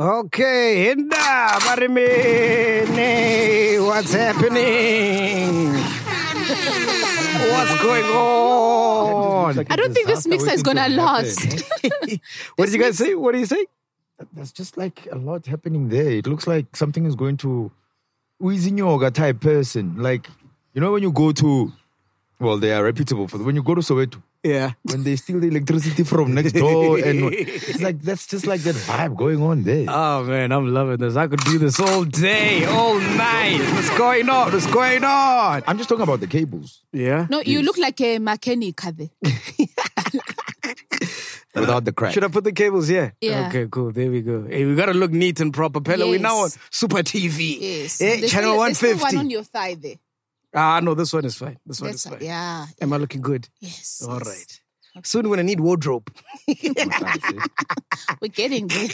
Okay, Hinda, Marimini, what's happening? What's going on? I don't think this mixer is gonna last. What did you guys say? What do you say? There's just like a lot happening there. It looks like something is going to Uizinyoga type person. Like, you know, when you go to, well, they are reputable for when you go to Soweto, Yeah. when they steal the electricity from next door, and it's like that's just like that vibe going on there. Uh, Oh man, I'm loving this. I could do this all day, all night. What's going on? What's going on? I'm just talking about the cables Yeah. No, you look like a mechanic. Kade. without the crack. Should I put the cables here? Yeah. Okay, cool. There we go. Hey, we gotta look neat and proper. Pella, we're now on Yes. Super TV. Yes. Hey, There's channel still- one there's still fifty. one on your thigh there. ah no, this one is fine. This one That's is fine. yeah. Am I looking good? Yes. All yes. right. Soon we're gonna need wardrobe. We're getting there.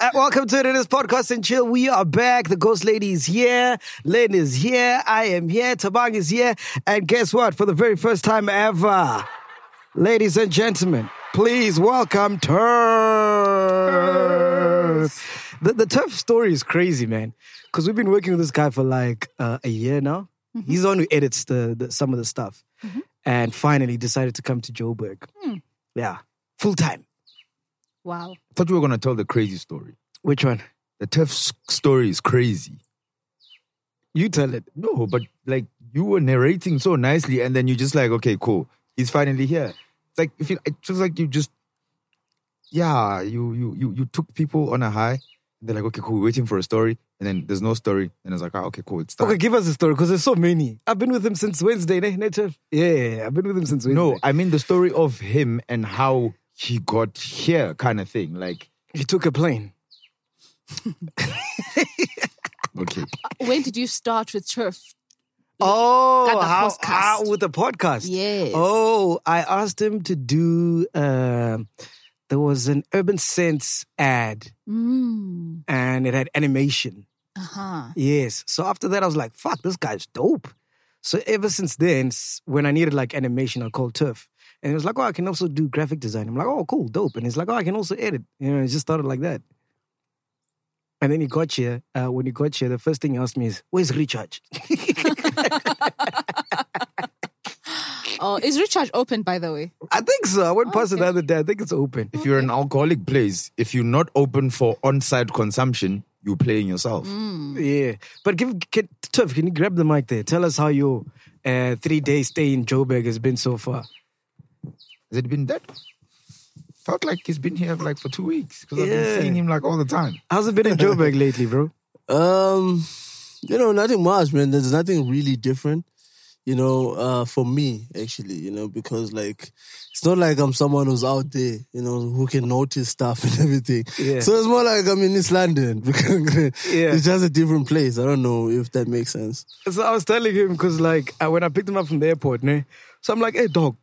Uh, welcome to today's podcast and chill. We are back. The ghost lady is here. Lynn is here. I am here. Tabang is here. And guess what? For the very first time ever, ladies and gentlemen, please welcome Turf. The, the Turf story is crazy, man. Because we've been working with this guy for like uh, a year now. He's the one who edits the, the some of the stuff. And finally decided to come to Joburg. Yeah. Full time. wow. thought we were gonna tell the crazy story. Which one? The tough s- story is crazy. You tell it. No, but like you were narrating so nicely, and then you just like, okay, cool, he's finally here. It's like if you, it's just like you just, yeah, you you you you took people on a high. They're like, okay, cool, we're waiting for a story, and then there's no story, and it's like, ah, okay, cool, it's time. Okay, give us a story because there's so many. I've been with him since Wednesday, ne? ne Chef? Yeah, yeah, yeah, I've been with him since Wednesday. no, I mean the story of him and how he got here, kind of thing. Like, he took a plane. okay, When did you start with turf? Oh, Got the how, podcast. how with the podcast? Yes. Oh, I asked him to do. Uh, there was an Urban Sense ad, Mm. and it had animation. Uh-huh. Yes. So after that, I was like, "Fuck, this guy's dope." So ever since then, s- when I needed like animation, I called Turf, and he was like, "Oh, I can also do graphic design." I'm like, "Oh, cool, dope." And he's like, "Oh, I can also edit." You know, it just started like that. And then he got here. Uh, when he got here, the first thing he asked me is, "Where's Recharge?" Oh, is Richard open by the way? I think so. I went past it the other day. I think it's open. if you're an alcoholic place, if you're not open for on-site consumption, you're playing yourself. Yeah. But give can, Turf, can you grab the mic there? Tell us how your uh, three-day stay in Joburg has been so far. Has it been that? Felt like he's been here like for two weeks because I've Yeah. been seeing him like all the time. How's it been in Joburg lately, bro? Um, you know, nothing much, man. There's nothing really different, you know, uh, for me actually, you know, because like it's not like I'm someone who's out there, you know, who can notice stuff and everything. Yeah. So it's more like I'm in East London. because Yeah. It's just a different place. I don't know if that makes sense. So I was telling him because like I, when I picked him up from the airport, ne, so I'm like, hey dog,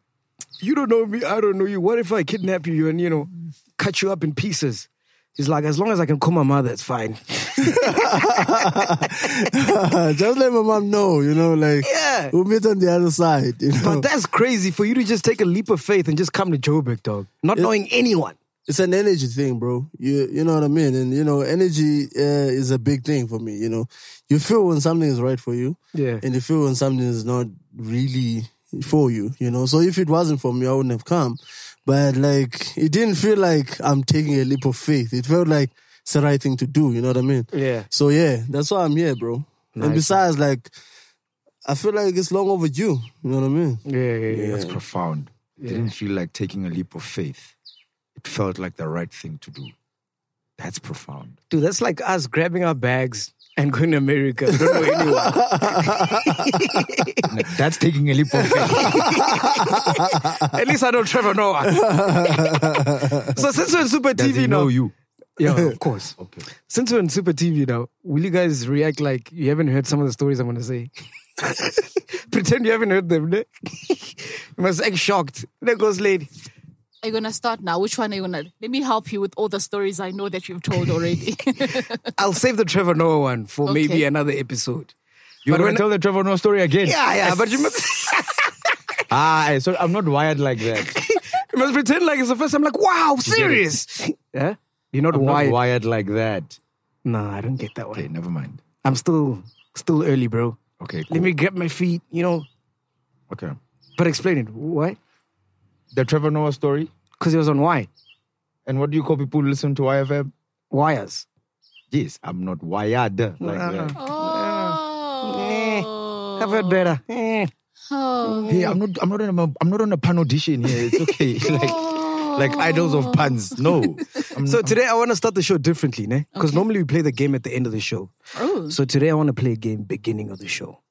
you don't know me, I don't know you. What if I kidnap you and you know cut you up in pieces? He's like, as long as I can call my mother, it's fine. just let my mom know, you know, like Yeah. we'll meet on the other side, you know. But that's crazy for you to just take a leap of faith and just come to Joburg, dog, not knowing anyone. it's an energy thing, bro. You you know what I mean, and you know energy uh, is a big thing for me. You know, you feel when something is right for you, Yeah. and you feel when something is not really for you. You know, so if it wasn't for me, I wouldn't have come. But like, it didn't feel like I'm taking a leap of faith. It felt like it's the right thing to do. You know what I mean? Yeah. So yeah, that's why I'm here, bro. Nice. And besides, like, I feel like it's long overdue. You know what I mean? Yeah, yeah, yeah. That's profound. It didn't feel like taking a leap of faith. It felt like the right thing to do. That's profound. Dude, that's like us grabbing our bags and going to America. We don't know anyone. Like, That's taking a leap of faith. At least I don't Trevor Noah. so since we're in Super Does TV he know now, you? yeah, of course. Okay. Since we're in Super TV now, will you guys react like you haven't heard some of the stories I'm gonna say? Pretend you haven't heard them. Ne? you must act shocked. There goes lady. Are you gonna start now? Which one are you gonna? Let me help you with all the stories I know that you've told already. I'll save the Trevor Noah one for maybe Okay. another episode. You're But going when- to tell the Trevor Noah story again? Yeah, yeah, but you must Ah, I- so I'm not wired like that. you must pretend like it's the first time. Like, wow, serious. Yeah, you're not I'm wired. not wired like that. No, I don't get that Okay, one. never mind. I'm still still early, bro. Okay, cool. Let me grab my feet. You know, Okay. But explain it. Why? The Trevor Noah story. Because it was on why? And what do you call people who listen to YFM? Wires. Yes, I'm not wired like Uh-uh. that. oh. I've heard better. Eh. Oh. Hey, I'm not. I'm not on. A, I'm not on a pan audition here. It's okay. like, like idols of puns. No. I'm Oh. So today I want to start the show differently, ne? Because normally we play the game at the end of the show. Oh. So today I want to play a game beginning of the show.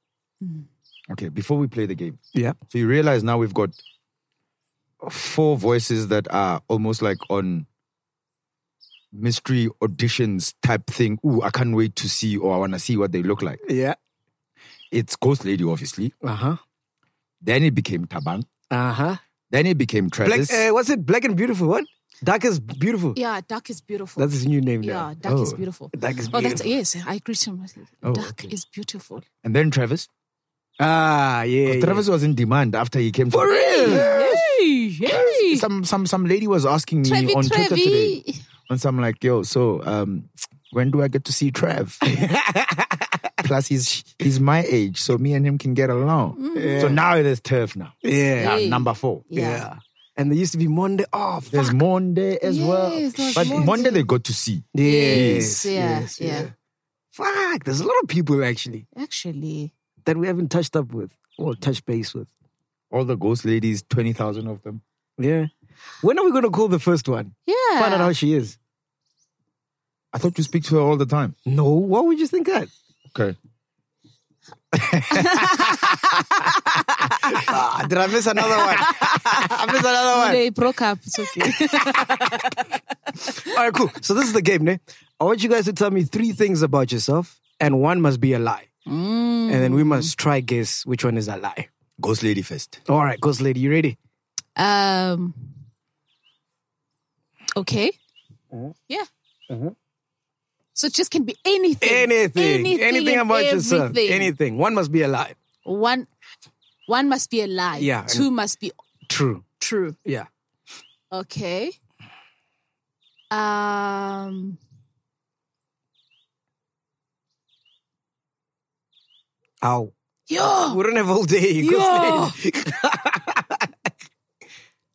Okay, before we play the game, Yeah. so you realize now we've got four voices that are almost like on mystery auditions type thing. Ooh, I can't wait to see or I want to see what they look like. Yeah. It's Ghost Lady, obviously. Uh Uh-huh. huh. Then it became Taban. Uh huh. Then it became Travis. Black. Uh, what's it? Black and beautiful. What? Dark is beautiful. Yeah, dark is beautiful. That's his new name yeah, now. dark is Oh. beautiful. Dark is Oh, that's beautiful. yes. I agree to him. Oh, Dark okay. is beautiful. and then Travis. Ah, yeah. Oh, yeah. Travis was in demand after he came. For to- real. Hey, hey. Some some some lady was asking me Trevi, on Twitter today. Trevi. And so I'm like, yo, so um, when do I get to see Trev? Plus, he's he's my age, so me and him can get along. Mm. So now there's Trev now. Yeah. Yeah, Hey. number four. Yeah. And there used to be Monday oh, off. There's Monday as well. Yes, there's But Monday. Monday they got to see. Yes. yeah, yes, yeah. Fuck. There's a lot of people actually Actually, that we haven't touched up with or touched base with. All the ghost ladies, 20,000 of them. Yeah. When are we going to call the first one? yeah. Find out how she is. I thought you speak to her all the time. No, why would you think that? Okay. Ah, did I miss another one? I missed another one. they broke up. It's okay. All right, cool. So this is the game, ne? I want you guys to tell me three things about yourself, and one must be a lie. And then we must try guess which one is a lie. Ghost lady first. All right, ghost lady, you ready? um. Okay. Mm-hmm. Yeah. So it just can be anything. Anything. Anything, and about yourself. everything. Anything. One must be a lie. One, one must be a lie. Yeah, and- Two must be True. true. Yeah. Okay. Um. Ow. Yo, We don't have all day. ghost Yo. lady.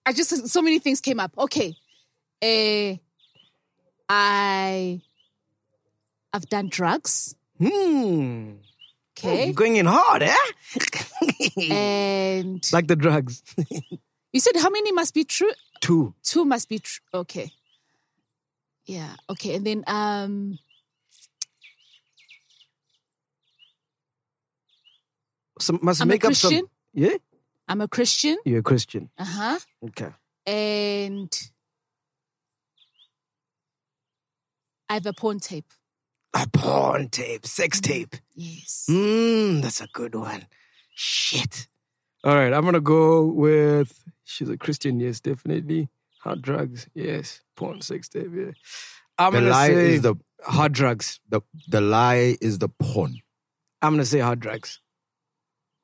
I just so many things came up. Okay. Uh, I I've done Oh, drugs. Hmm. Okay. You're going in hard, eh? And Like the drugs. you said how many must be true? Two. Two must be true. Okay. Yeah. Okay. And then um Some, must I'm a make up Christian. some. Yeah? I'm a Christian. You're a Christian. Uh-huh. Okay. And I have a porn tape. A porn tape, sex tape. Yes. Mmm, that's a good one. Shit. All right, I'm gonna go with she's a Christian, yes, definitely. Hard drugs, yes. Porn, sex tape, yeah. I'm the gonna lie say is the, hard drugs. the the lie is the porn. I'm gonna say hard drugs.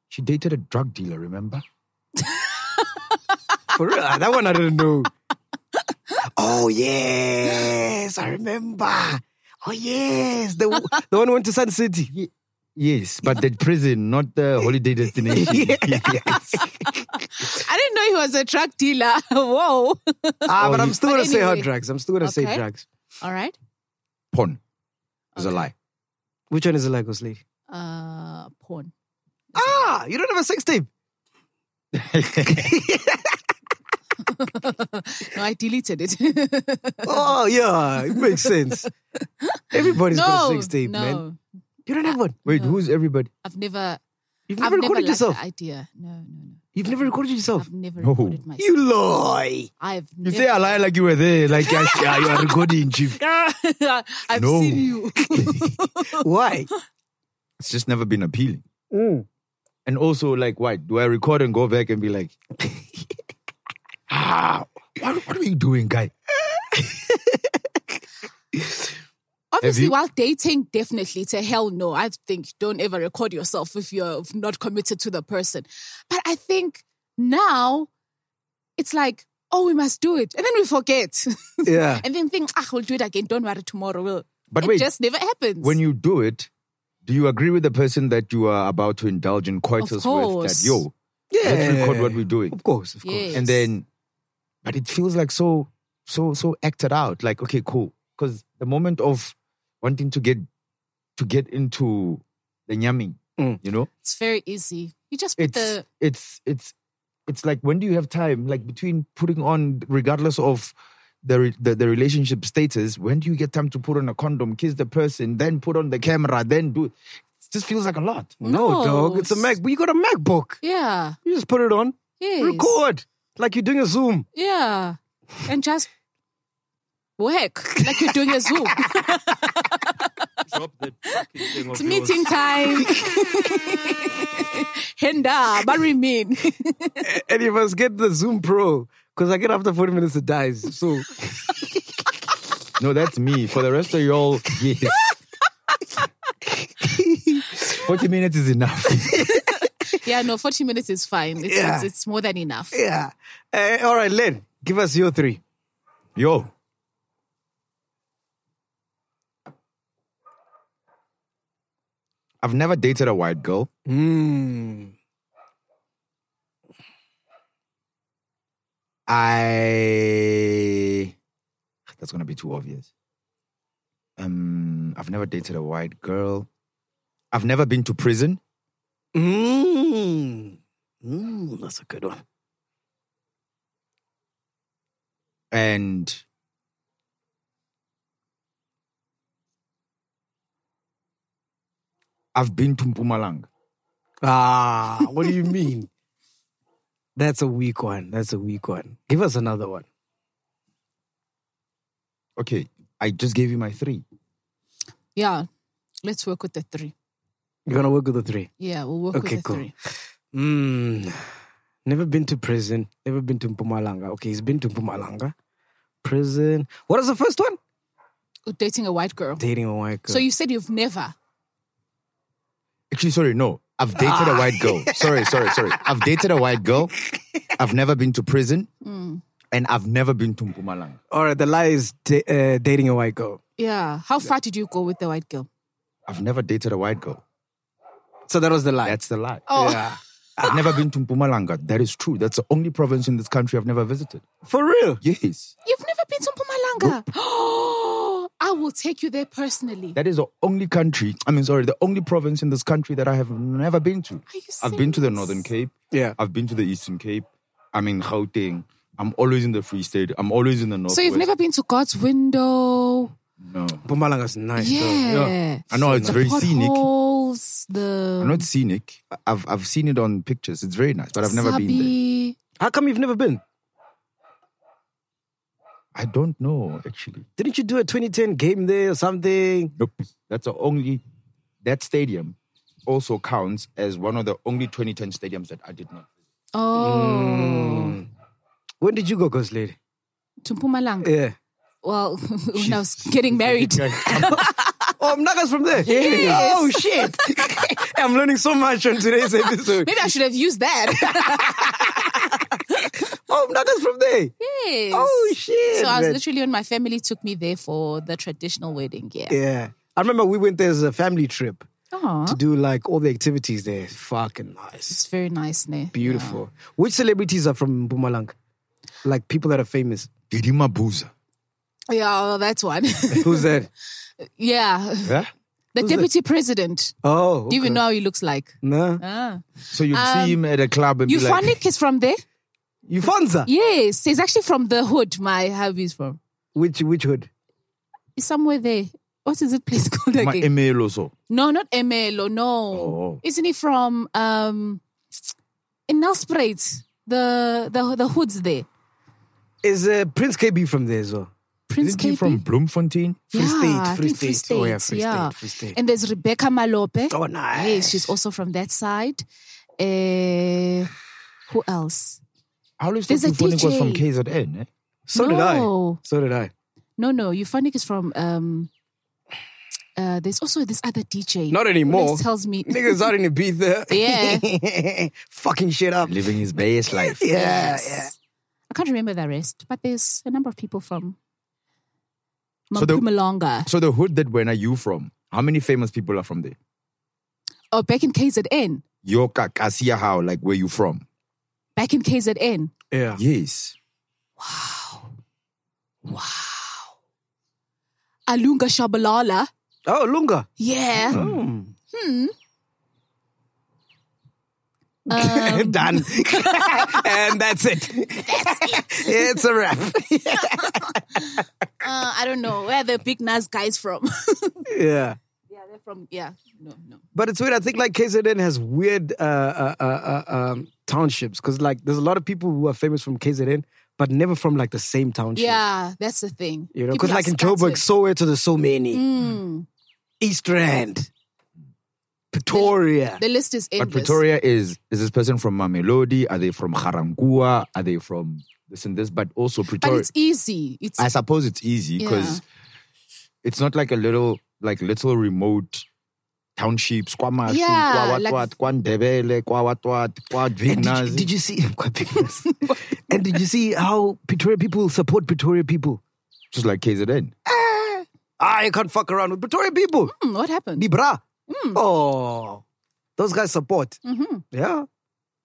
She dated a drug dealer, remember? For real, ah, that one I didn't know. Oh yes, I remember. Oh yes, the the one who went to Sun City. Yes, but the prison, not the holiday destination. yes. I didn't know he was a drug dealer. Whoa. Ah, but I'm still But gonna say hard anyway. drugs. I'm still gonna say Okay. drugs. All right. Porn is a Okay. lie. Which one is it like, Osley? Uh, porn. Ah, you don't have a sex tape. No, I deleted it. Oh yeah, it makes sense. Everybody's got no, a sex tape, no. man. You don't have one. Wait, who's everybody? I've never. You've I've never never recorded liked yourself. the idea. No, no, no. You've never recorded yourself. I've never No. recorded myself. You lie. I've You say I lie like you were there, like I, yeah, you are recording, chief. I've No. seen you. Why? It's just never been appealing. Mm. And also, like, why do I record and go back and be like, ah, what, what are you doing, guy? Obviously, you? while dating, definitely, it's a hell no. I think don't ever record yourself if you're not committed to the person. But I think now it's like, oh, we must do it. And then we forget. Yeah. and then think, ah, we'll do it again. Don't worry, tomorrow we'll. But it wait, just never happens. when you do it, do you agree with the person that you are about to indulge in coitus with that, course. yo, let's record what we're doing? Of course, of course. Yes. and then but it feels like so so so acted out like okay cool because the moment of wanting to get to get into the nyamming Mm. you know it's very easy. You just put it's the it's it's it's like when do you have time like between putting on regardless of the, re- the the relationship status when do you get time to put on a condom kiss the person then put on the camera then do it just feels like a lot No, No, dog. It's a Mac. it's- You got a MacBook. yeah, You just put it on. yes, Record. Like you're doing a Zoom. yeah, and just work like you're doing a Zoom. Drop that fucking thing it's of yours. meeting time. Henda, marry me. And you must get the Zoom Pro. Because I get after 40 minutes, it dies. So no that's me for the rest of y'all yes 40 minutes is enough yeah, no, forty minutes is fine. It's, Yeah. it's, it's more than enough. yeah. Uh, all right, Len, give us your three. Yo. I've never dated a white girl. Mm. I that's gonna be too obvious. Um, I've never dated a white girl. I've never been to prison. Mm. Mm, that's a good one. and I've been to Mpumalanga. Ah, what do you mean? That's a weak one. That's a weak one. Give us another one. Okay, I just gave you my three. Yeah, let's work with the three. You're gonna work with the three. Yeah, we'll work Okay, with the cool. three. Mm. Never been to prison. Never been to Mpumalanga. Okay, he's been to Mpumalanga. Prison. What is the first one? Dating a white girl. Dating a white girl. So you said you've never. Actually, sorry, no. I've dated a white girl. Sorry, sorry, sorry. I've dated a white girl. I've never been to prison. And I've never been to Mpumalanga. All right, the lie is da- uh, dating a white girl. Yeah. How far did you go with the white girl? I've never dated a white girl. So that was the lie. That's the lie. Oh, yeah. I've never been to Mpumalanga. That is true. That's the only province in this country I've never visited. For real. Yes. you've never been to Mpumalanga. Oh, I will take you there personally. That is the only country, I mean, sorry, the only province in this country that I have never been to. Are you I've been to the serious? Northern Cape. Yeah. I've been to the Eastern Cape. I'm in Gauteng. I'm always in the Free State. I'm always in the North. So you've never been to God's window. No. Mpumalanga's nice. Yeah. though. I know it's The very scenic. potholes, the I'm not scenic. I've I've seen it on pictures. It's very nice, but I've never been there. Sabi. How come you've never been? I don't know actually. Didn't you do a 2010 game there or something? Nope. That's the only that stadium also counts as one of the only 2010 stadiums that I did not. Mm. Oh, When did you go, Ghost Lady? to Mpumalanga. Eh. Yeah. Well, when I was getting married. Oh, Mnaga's from there. Oh shit! I'm learning so much on today's episode. Maybe I should have used that. Oh, Mnaga's from there. Yes. Oh shit! So I was man. literally when my family took me there for the traditional wedding. Yeah. Eh. yeah, I remember we went there as a family trip Aw. to do like all the activities there. Fucking nice, It's very nice, ne? beautiful. Which celebrities are from Bumalang? Like people that are famous. Didima Buza. Yeah, well, that's one. Who's that? Yeah. Yeah? The Who's that? deputy president. Oh, Do you okay. even know how he looks like? Nah. Ah. So you Um, see him at a club and You be like, found it is from there? You Fonza? Yes. He's actually from the hood my hubby's from. Which which hood? It's somewhere there. What is it place called my again? email also. no, not Emelo, no. Oh. Isn't he from um in Nelspruit? The the the hoods there. Is uh, Prince KB from there as well? Prince Isn't he KB? from Bloemfontein? Free Yeah, State, I Free think Free State. Oh, yeah, Free yeah. State, Free State. And there's Rebecca Malope. Oh, nice. Yes, she's also from that side. Uh, who else? I always There's thought a Euphonic was from DJ. KZN. Eh? So did I. no. So did I. No, no. Euphonic is from. Um, uh, there's also this other DJ. Not who anymore. always tells me. Niggas out in the beat there. Yeah. Fucking shit up. Yeah, Living his best life. yeah. I can't remember the rest, but there's a number of people from. So the- Mpumalanga. So the hood that when are you from? How many famous people are from there? oh, back in KZN. Yoka, Kasia, how? Like where you from? Back in KZN. Yeah. Yes. Alunga Shabalala. Oh, Lunga. Yeah. Hmm. Um. Done. and that's it. it's a wrap. Uh, I don't know where the big Nas guys from. yeah. yeah, they're from. Yeah. No, no. But it's weird. I think like KZN has weird uh, uh, uh, uh, um, townships because like there's a lot of people who are famous from KZN, but never from like the same township. Yeah, that's the thing. You know, People because are like in scattered. Joburg, Soweto, there's so many. Mm. East Rand, Pretoria. the list is But endless. Pretoria is is this person from Mamelodi? Are they from Harangua? Are they from this and this? But also but Pretoria. it's easy. It's I suppose it's easy because it's not like a little like little remote townships. Kwamashu, Yeah, Kwawatwat, like- Kwandebele, Kwawatwat, And did, you, Kwadvignazi. did you see? and did you see how Pretoria people support Pretoria people? Just like KZN. I can't fuck around with Pretoria people. Hmm, what happened? Libra. Oh, those guys support. Mhm. Yeah.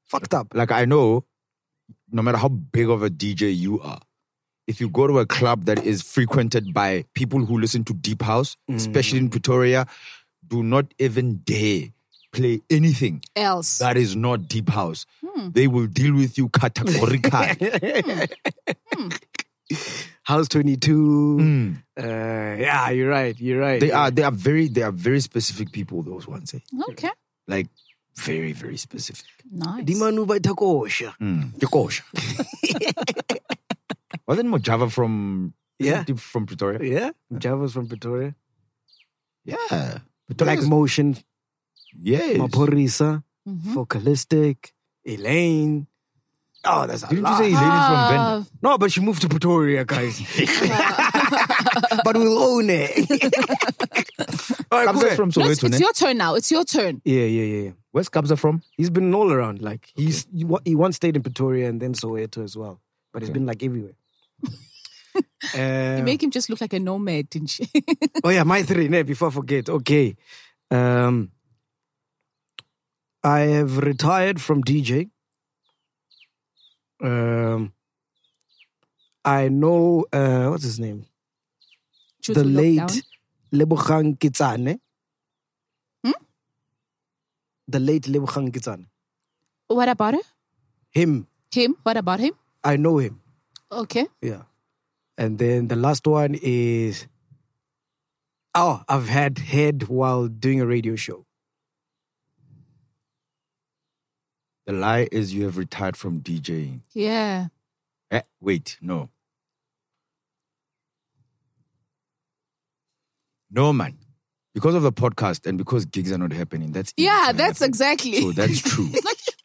Fucked up. Like I know, no matter how big of a DJ you are, if you go to a club that is frequented by people who listen to deep house, Mm. especially in Pretoria, do not even dare play anything Else. that is not deep house. They will deal with you categorically. House 22. Mm. Uh, yeah, you're right. You're right. They are they are very they are very specific people. Those ones, eh? okay. like very very specific. Nice. Dimanu Baitakosha. Mm. Yokosha. Wasn't Mojava from Yeah. from Pretoria? Yeah. Java's from Pretoria. Yeah, Pretoria. Black Motion, yes. Maporisa, Mhm. Focalistic, Elaine. Oh, that's a Didn't you lot. say Elaine is from Uh, Venda? No, but she moved to Pretoria, guys. but we'll own it. All right, Kabza cool. is from No, it's, Soweto, ne? it's your turn now. It's your turn. yeah, yeah, yeah, yeah. Where's Kabza from? He's been all around. Like he's he, wa- he once stayed in Pretoria and then Soweto as well. But he's been like everywhere. You Um, make him just look like a nomad, didn't you? oh yeah, my three. No, before I forget. Okay, um, I have retired from DJ. Um, I know uh, what's his name. Due the to lockdown. late Lebogang Kitsane. Hmm? The late Lebogang Kitsane. What about her? Him, Him? What about him? I know him. Okay. Yeah. And then the last one is Oh, I've had head while doing a radio show. The lie is you have retired from DJing. Yeah. Eh, wait, no. No man, because of the podcast and because gigs are not happening. That's Yeah, infinite. that's exactly. So that's true.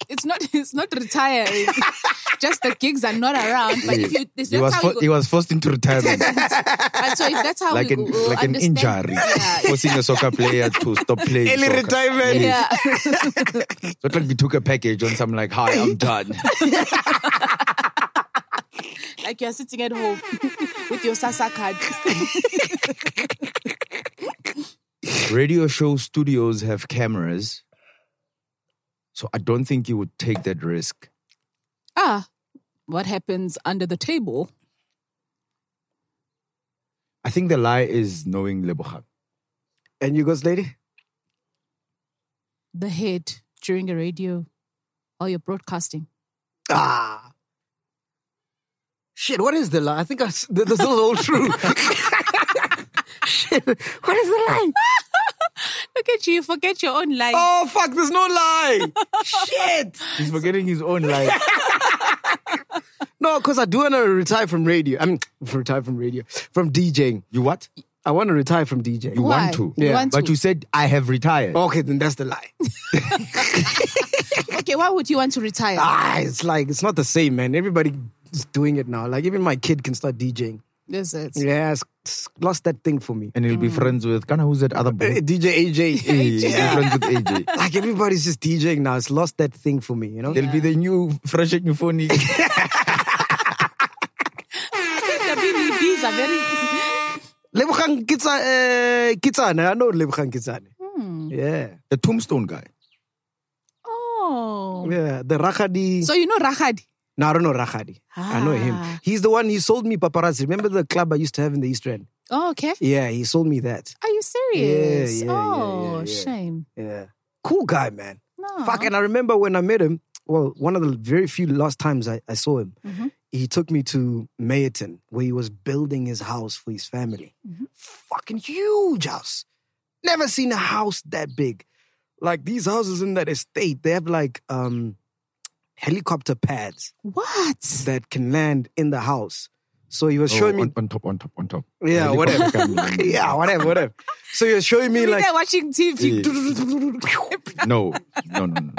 it's not. It's not retiring. just the gigs are not around. But if you, this, he that's was how fo- we go. he was forced into retirement But so if that's how like we an go, like an understand- injury, Yeah. forcing a soccer player to stop playing. Early soccer. retirement. yeah. It's Not like we took a package on some like, hi, I'm done. like you're sitting at home with your Sasa card. Radio show studios have cameras, so I don't think you would take that risk. ah, what happens under the table? I think the lie is knowing Lebogang. And you, Ghost Lady? The head during a radio or your broadcasting. Ah. Shit, what is the line? I think I, s- th- this is all true. Shit, what is the line? Look at you, you forget your own life. Oh, fuck, there's no lie. Shit. He's forgetting his own life. No, because I do want to retire from radio. I mean, retire from radio, from DJing. you what? I want to retire from DJing. You Why? want to. You Yeah, Oh. want But to. you said, I have retired. Okay, then that's the lie. Okay, why would you want to retire? ah, it's like, it's not the same, man. Everybody is doing it now. Like, even my kid can start DJing. Is it? Yeah, it's, it's lost that thing for me. And he'll be friends with, kind of who's that other boy? Uh, DJ AJ. He'll be friends with AJ. like, everybody's just DJing now. It's lost that thing for me, you know? They'll be the new fresh and euphonic. The BBBs are very. Lebogang Kitsa- eh, Kitsane. I know Lebogang Kitsane. Hmm. Yeah. the tombstone guy. Oh. Yeah. The Rakhadi. So you know Rahad? no, I don't know Rakhadi. I know him. Ah. He's the one, he sold me paparazzi. Remember the club I used to have in the East End? Oh, okay. Yeah, he sold me that. Are you serious? yeah, yeah, oh, yeah, yeah. shame. Yeah. Cool guy, man. No. Fuck. And I remember when I met him, well, one of the very few last times I, I saw him, he took me to Mayerton, where he was building his house for his family. Fucking huge house. Never seen a house that big. Like these houses in that estate, they have like um helicopter pads What? that can land in the house. So he was Oh, showing me on, on top, on top, on top. Yeah, whatever. yeah, whatever, whatever. So you're showing me You like there watching TV. No, no, no, no.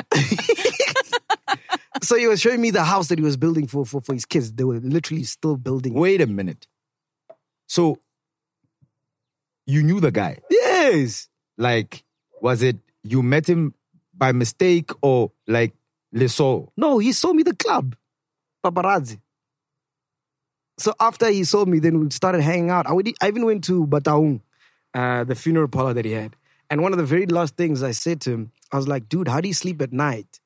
so he was showing me the house that he was building for for, for his kids. They were literally still building. it. Wait a minute. So you knew the guy. Yes. Like, was it you met him by mistake or like Leso? No, he sold me the club, paparazzi. So after he sold me, then we started hanging out. I, would, I even went to Bataung, uh, the funeral parlor that he had. And one of the very last things I said to him, I was like, dude, how do you sleep at night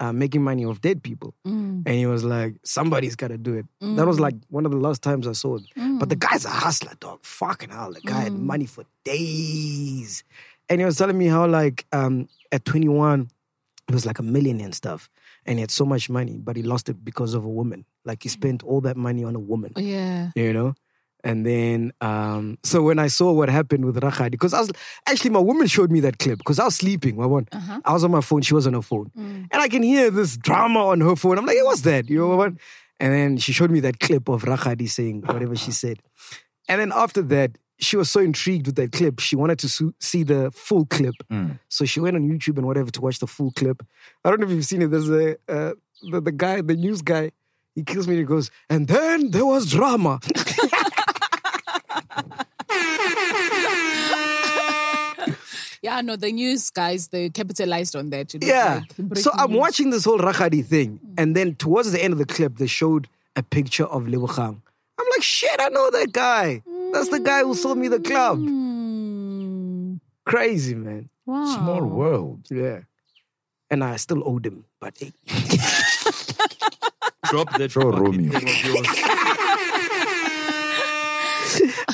uh, making money off dead people? And he was like, somebody's got to do it. That was like one of the last times I saw him. But the guy's a hustler, dog. Fucking hell. The guy had money for days. And he was telling me how, like, um, at 21, he was like a millionaire and stuff. And he had so much money, but he lost it because of a woman. Like, he spent all that money on a woman Yeah. you know. And then, um, so when I saw what happened with Rakhadi, because I was actually my woman showed me that clip because I was sleeping. I, want, I was on my phone, she was on her phone, and I can hear this drama on her phone. I'm like, hey, what's that? You know what? And then she showed me that clip of Rakhadi saying whatever she said, and then after that, she was so intrigued with that clip, she wanted to su- see the full clip. So she went on YouTube and whatever to watch the full clip. I don't know if you've seen it. There's a uh, the, the guy, the news guy. He kills me. and He goes, and then there was drama. Yeah, no, the news guys, they capitalized on that. you know, Yeah. like breaking so I'm news. watching this whole Rakhadi thing. And then towards the end of the clip, they showed a picture of Lebukhang. I'm like, shit, I know that guy. That's the guy who sold me the club. Mm, Crazy, man. wow. Small world. Yeah. And I still owed him. But hey, Drop that Throw fucking Romeo. thing of yours.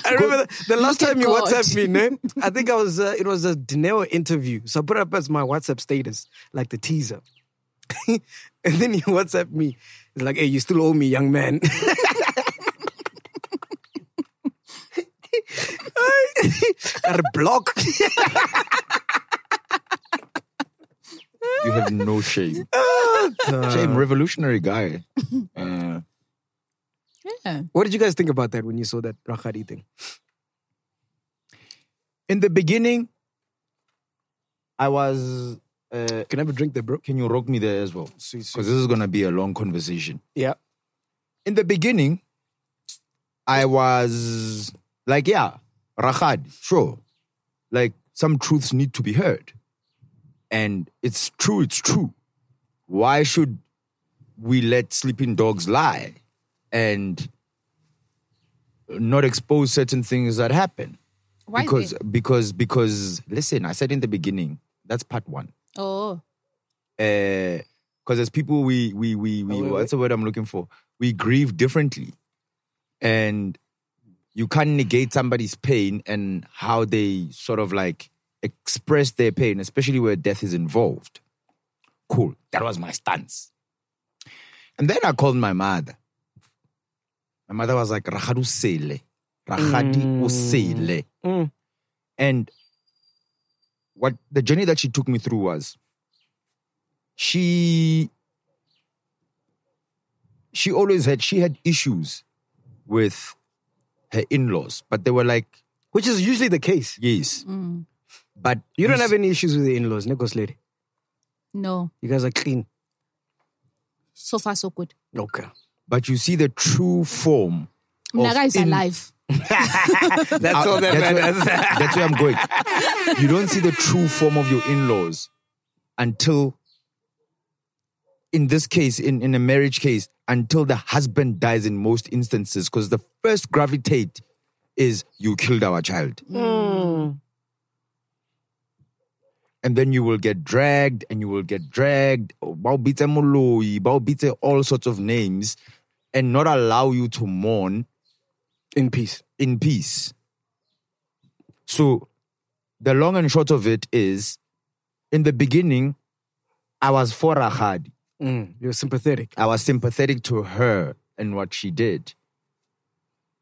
I remember the last Look at time you God. WhatsApp me, ne? I think I was, uh, it was a Dineo interview. So I put up as my WhatsApp status, like the teaser. and then you WhatsApp me. It's like, hey, you still owe me, young man. Got a block. You have no shame. Ah, shame, revolutionary guy. Uh, Yeah. what did you guys think about that when you saw that Rakhadi thing? in the beginning, I was. Uh, Can I have a drink there, bro? can you rock me there as well? Sweet, Because this is going to be a long conversation. Yeah. in the beginning, I was like, yeah, Rahad, sure. Like, some truths need to be heard. And it's true, it's true. Why should we let sleeping dogs lie and not expose certain things that happen? Why because, then? because, because, listen, I said in the beginning, that's part one. Oh. Because as Uh, people, we, we, we, we Oh, wait, what's the word I'm looking for? We grieve differently and you can't negate somebody's pain and how they sort of like express their pain, especially where death is involved. Cool. That was my stance. And then I called my mother. My mother was like, Rahadu sele. Rahadi usele. Mm. And what the journey that she took me through was she she always had she had issues with her in-laws, but they were like, Which is usually the case. yes. But You don't s- have any issues with the in-laws, Nikos lady. No, You guys are clean. so far so good. Okay. but you see the true form Mnaga is in- alive. That's Uh, that's, where, that's where I'm going. You don't see the true form of your in-laws until, in this case, in, in a marriage case, until the husband dies in most instances, because the first gravitate is you killed our child. And then you will get dragged and you will get dragged, oh, Baubitse Moloi, Baubitse, all sorts of names, and not allow you to mourn In peace. in peace. So, the long and short of it is, in the beginning, I was for Rahad. Mm. You're sympathetic. I was sympathetic to her and what she did.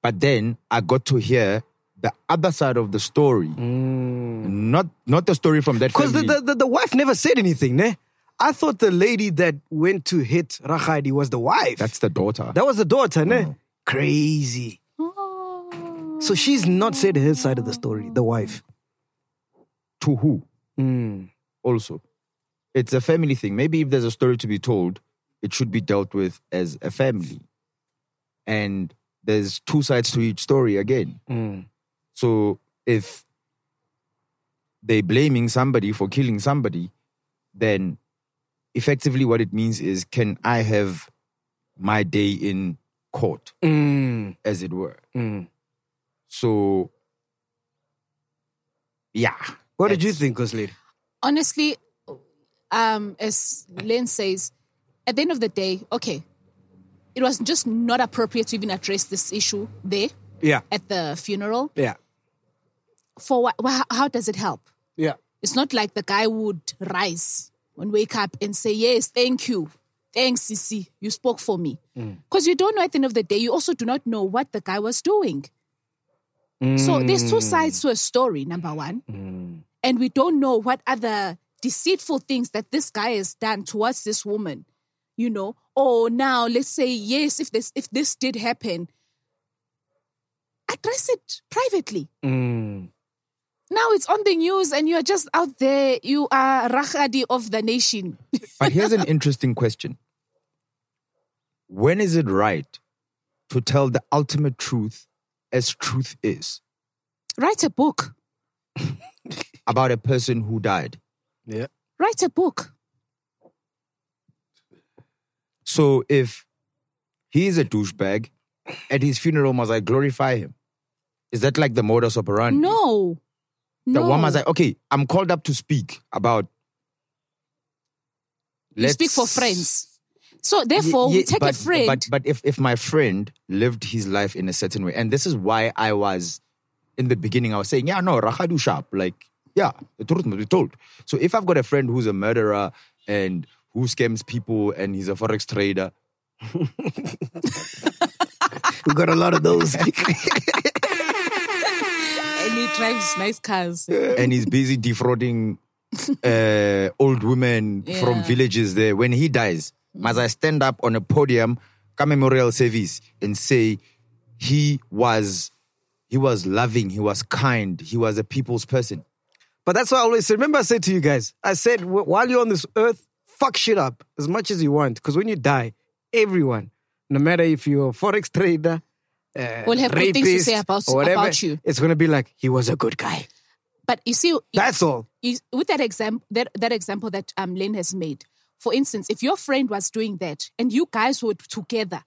But then I got to hear the other side of the story, not not the story from that Mm. Because the, family. the, the, the wife never said anything, ne? I thought the lady that went to hit Rakhadi was the wife. That's the daughter. that was the daughter, ne? Crazy. Oh. So she's not said her side of the story, the wife. to who? Mm. Also, it's a family thing. Maybe if there's a story to be told, it should be dealt with as a family. And there's two sides to each story again. Mm. So if they're blaming somebody for killing somebody, then effectively what it means is can I have my day in court, Mm. as it were? Mm. So, yeah. What did you think, Koslid? honestly, um, as Lynn says, at the end of the day, okay, it was just not appropriate to even address this issue there Yeah. at the funeral. Yeah. For what? wha- How does it help? Yeah. It's not like the guy would rise and wake up and say, Yes, thank you. Thanks, Sisi. You spoke for me. Because you don't know at the end of the day, you also do not know what the guy was doing. So there's two sides to a story, number one. And we don't know what other deceitful things that this guy has done towards this woman, you know. Or now let's say, yes, if this if this did happen, address it privately Mm. now it's on the news and you're just out there. You are Rahadi of the nation. But here's an interesting question When is it right to tell the ultimate truth as truth is Write a book. about a person who died? Yeah. Write a book. So if he is a douchebag, at his funeral must I glorify him? Is that like the modus operandi? No. The No. one must I okay, I'm called up to speak about you speak for let's- friends. So Ye- therefore, ye- we take but, a friend. But but if, if my friend lived his life in a certain way, and this is why I was in the beginning, I was saying, yeah, no, Rahadu Sharp, like, yeah, the truth must be told. So if I've got a friend who's a murderer and who scams people and he's a forex trader, We got a lot of those. and he drives nice cars. and he's busy defrauding uh, old women from Yeah. villages there. When he dies, must I stand up on a podium, come memorial service, and say he was he was loving, he was kind, he was a people's person. But that's what I always said. Remember, I said to you guys, I said, "Wh- while you're on this earth, fuck shit up as much as you want. Because when you die, everyone, no matter if you're a forex trader, uh, Will have good things to rapist, say about- or whatever, about you. it's going to be like, he was a good guy. But you see, That's all. you, with that example that, that example that um Lynn has made, for instance, if your friend was doing that and you guys were together,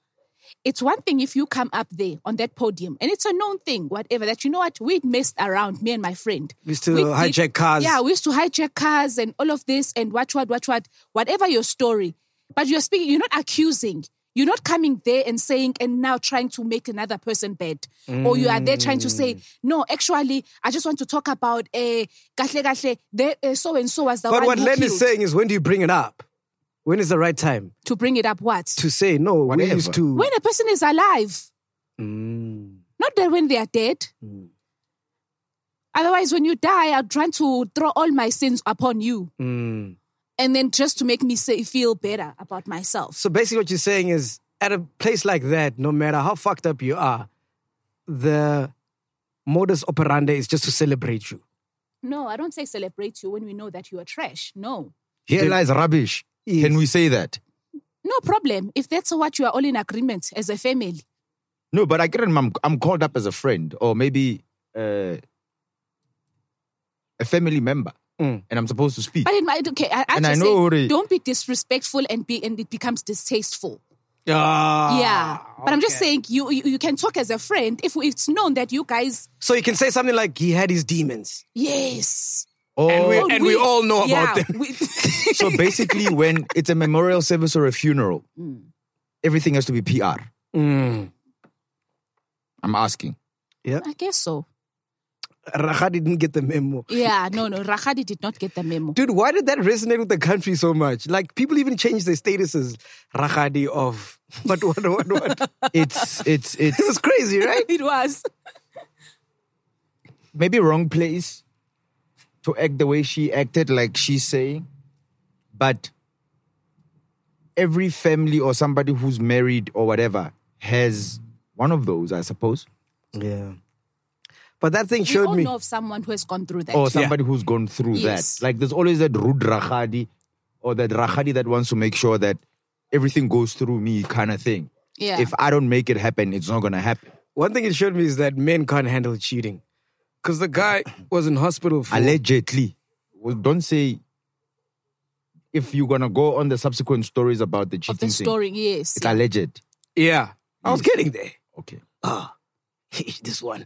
it's one thing if you come up there on that podium and it's a known thing, whatever, that you know what, we'd messed around, me and my friend. We used to did- hijack cars. Yeah, we used to hijack cars and all of this and what, what, what, what, whatever your story. But you're speaking, you're not accusing. You're not coming there and saying, and now trying to make another person bad. Or you are there trying to say, Mm. no, actually, I just want to talk about uh, kahle kahle, the, uh, so and so was the But one what who Len killed. is saying is when do you bring it up? When is the right time To bring it up, what? to say no? We Whenever. used to. when a person is alive, Mm. not that when they are dead. Otherwise, when you die, I'm trying to throw all my sins upon you. Mm. And then just to make me say, feel better about myself. So basically, what you're saying is at a place like that, no matter how fucked up you are, the modus operandi is just to celebrate you. No, I don't say celebrate you when we know that you are trash. No. Here lies rubbish. Can we say that? No problem. If that's what you are all in agreement as a family. No, but I get I'm, I'm called up as a friend or maybe uh, a family member, Mm. and I'm supposed to speak. But it might, okay, I, I And I just know say, already- don't be disrespectful and be and it becomes distasteful. Ah, yeah. But I'm just okay. saying you, you you can talk as a friend if it's known that you guys So you can say something like he had his demons. yes. Oh, or, and we- and we all know about yeah, them. we- so basically, when it's a memorial service or a funeral, everything has to be PR. Mm. I'm asking. I guess so. Raja didn't get the memo. Yeah, no, no. Rahadi did not get the memo. Dude, why did that resonate with the country so much? Like people even changed their statuses. Rachadi of what what what what? it It's it's it's was crazy, right? It was. maybe wrong place to act the way she acted, like she's saying. But every family or somebody who's married or whatever has one of those, I suppose, Yeah. But that thing we showed all me. Oh, know of someone who has gone through that. or somebody who's gone through Yes. that. Like there's always that rude Rahadi or that Rahadi that wants to make sure that everything goes through me kind of thing. yeah. If I don't make it happen, it's not going to happen. One thing it showed me is that men can't handle cheating. Because the guy was in hospital for. Allegedly. Well, don't say if you're going to go on the subsequent stories about the cheating of the thing. story, yes. It's alleged. yeah. I was getting there. Okay. Ah, this one.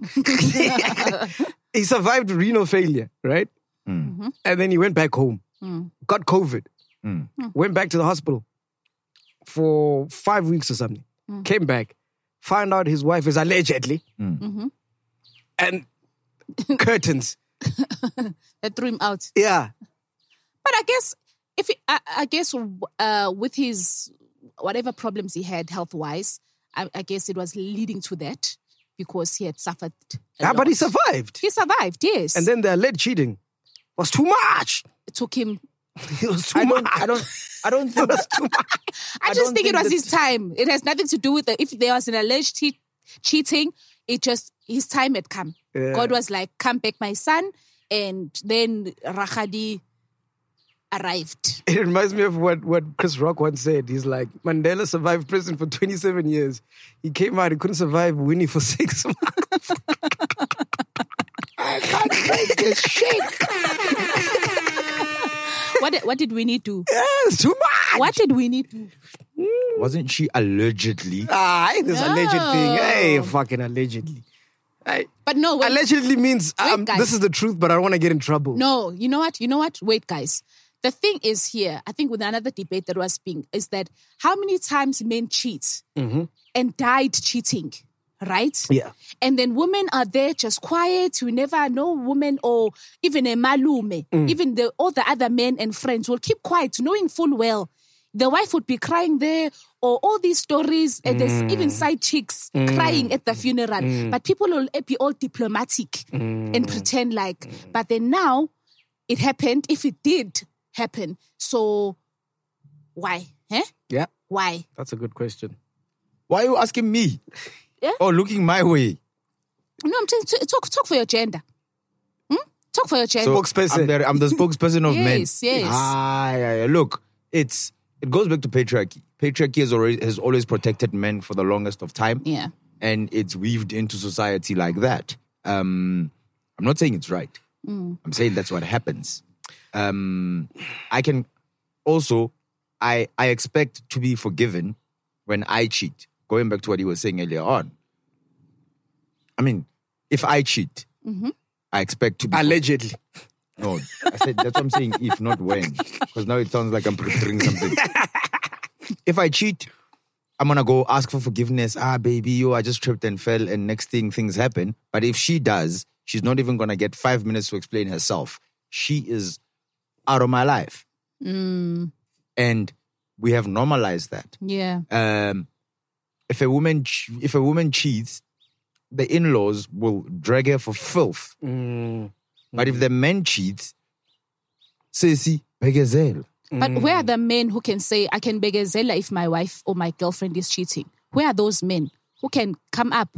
he survived renal failure, right? And then he went back home, got COVID, Mm. went back to the hospital for five weeks or something, came back, found out his wife is allegedly, and curtains. That threw him out. Yeah. But I guess if he- I, I guess uh, with his whatever problems he had health wise, I, I guess it was leading to that because he had suffered. a Ah, but he lot. survived. He survived, yes. And then the alleged cheating was too much. it took him. It was too much. I don't, I don't think it was too much. I, just don't think, it think was that- his time. It has nothing to do with the, if there was an alleged che- cheating. It just his time had come. Yeah. God was like, "Come back, my son," and then Rahadi arrived. It reminds me of what, what Chris Rock once said. He's like, Mandela survived prison for 27 years. He came out, he couldn't survive Winnie for six months. I can't take this shit. what did- what did we need to? Yes, too much. What did we need to? Wasn't she allegedly? Ah, this alleged thing. Hey, No. fucking allegedly. Hey, But no, wait. allegedly means um, guys. this is the truth, but I don't want to get in trouble. No, you know what? You know what? Wait, guys. The thing is here, I think with another debate that was being is that how many times men cheat and died cheating, right? Yeah. And then women are there just quiet. You never know women or even a malume, even the all the other men and friends will keep quiet, knowing full well. The wife would be crying there, or all these stories, and there's even side chicks crying at the funeral. But people will be all diplomatic and pretend like, but then now it happened, if it did happen, so why? Huh? Yeah, Why? that's a good question. Why are you asking me? Yeah. Or looking my way? No, I'm saying t- talk talk for your gender. Hmm? Talk for your gender. Spokesperson. I'm the, I'm the spokesperson of men. Yes, yes. Ah, yeah, yeah. Look, it's it goes back to patriarchy. Patriarchy has already has always protected men for the longest of time. yeah. and it's weaved into society like that. Um, I'm not saying it's right. Mm. I'm saying that's what happens. Um, I can also, I I expect to be forgiven when I cheat. Going back to what he was saying earlier on. I mean, if I cheat, Mm-hmm. I expect to be Allegedly. no. I said that's what I'm saying. If not when, because now it sounds like I'm preparing something. if I cheat, I'm gonna go ask for forgiveness. Ah, baby, yo, I just tripped and fell, and next thing things happen. But if she does, she's not even gonna get five minutes to explain herself. She is out of my life, Mm, and we have normalized that yeah. um, if a woman ch- if a woman cheats, the in-laws will drag her for filth. But if the man cheats, sissy begezel. But where Mm. are the men who can say, I can begezela if my wife or my girlfriend is cheating? Where are those men who can come up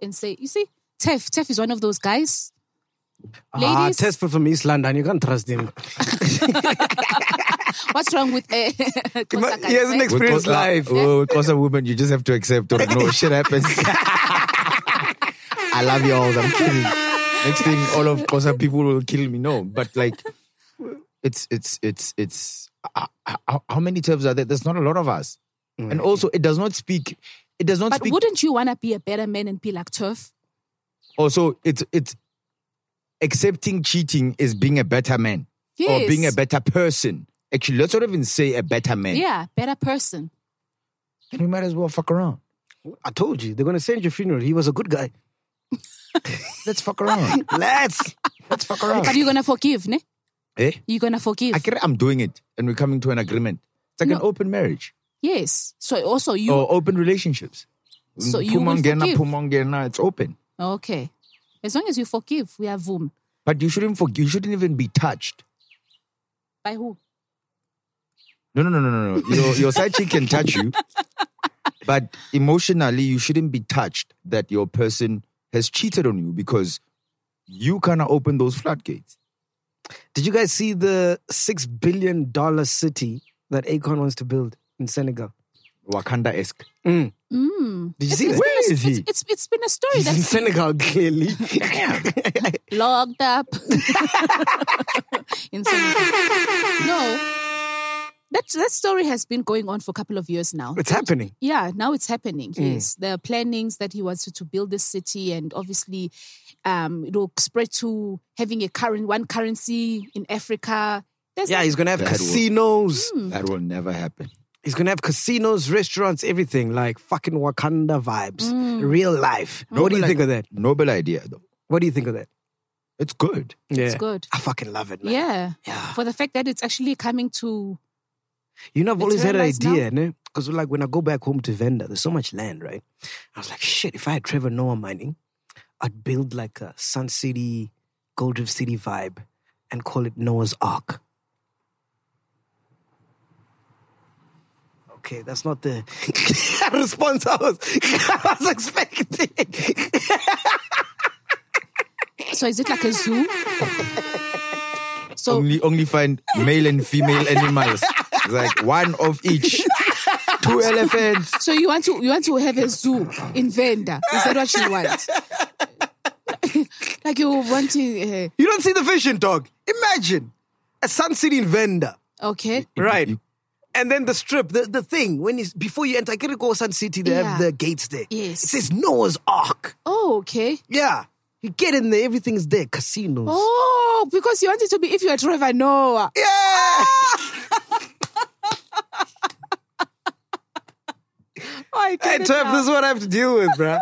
and say, you see, Tef, Tef is one of those guys. Ah, Ladies, test for from East London. You can't trust him. what's wrong with uh, Kosa He hasn't guys, eh? experienced life. Because a woman, you just have to accept or no shit happens. I love you all. I'm kidding. Next thing, all of Kosa people will kill me. No, but like, it's it's it's it's. Uh, how, how many terms are there? There's not a lot of us, and also it does not speak. It does not But speak wouldn't you want to be a better man and be like Tef? also it's it's accepting cheating is being a better man Yes. or being a better person. Actually, let's not even say a better man. Yeah, better person. Then we might as well fuck around. I told you, they're gonna send your funeral. He was a good guy. Let's fuck around. Let's. Let's fuck around. But you're going to forgive, ne? Eh? You're going to forgive. I get it, I'm doing it, and we're coming to an agreement. It's like an No. open marriage Yes. So also you. or open relationships. So you will Pumongena, forgive. pumongena, it's open. Okay. As long as you forgive, we are voom. But you shouldn't forgive. You shouldn't even be touched. By who? No, no, no, no, no, no. Your, your side chick can touch you, but emotionally, you shouldn't be touched that your person has cheated on you because you cannot open those floodgates. Did you guys see the six billion dollar city that Akon wants to build in Senegal? Wakanda esque. Mm. Did you see that? It's- it's been a- Where is he? it's- it's- it's been a story He's in that's Senegal, clearly. logged up. in Senegal. No. That, that story has been going on for a couple of years now. it's happening. Yeah, now it's happening. Mm. Yes, there are plannings that he wants to, to build this city, and obviously, um, it will spread to having a current one currency in Africa. There's Yeah, he's gonna have That will- Mm. casinos. That will never happen. He's gonna have casinos, restaurants, everything like fucking Wakanda vibes, Mm. real life. Oh What do you Noble think of idea- that? Noble idea, though. What do you think of that? It's good. Yeah, it's good. I fucking love it, man. Yeah. Yeah. For the fact that it's actually coming to You know, I've always had an realized now. idea, no? Because like when I go back home to Venda, there's so much land, right? I was like, shit, if I had Trevor Noah mining, I'd build like a Sun City, Gold Reef City vibe and call it Noah's Ark. Okay, that's not the response I was, I was expecting. so is it like a zoo? So Only only find male and female animals. It's like one of each. Two elephants. so you want to you want to have a zoo in Venda? Is that what you want? like you want to? you don't see the vision, dog. Imagine a Sun City in Venda. Uh, okay. Right. And then the strip, the, the thing, when you before you enter Kiriko San City, they have Yeah. the gates there. Yes. It says Noah's Ark. Oh, okay. Yeah. You get in there, everything's there. Casinos. Oh, because you want it to be if you're Trevor Noah. Yeah. Oh, I Hey, get it Trev, now. this is what I have to deal with, bruh.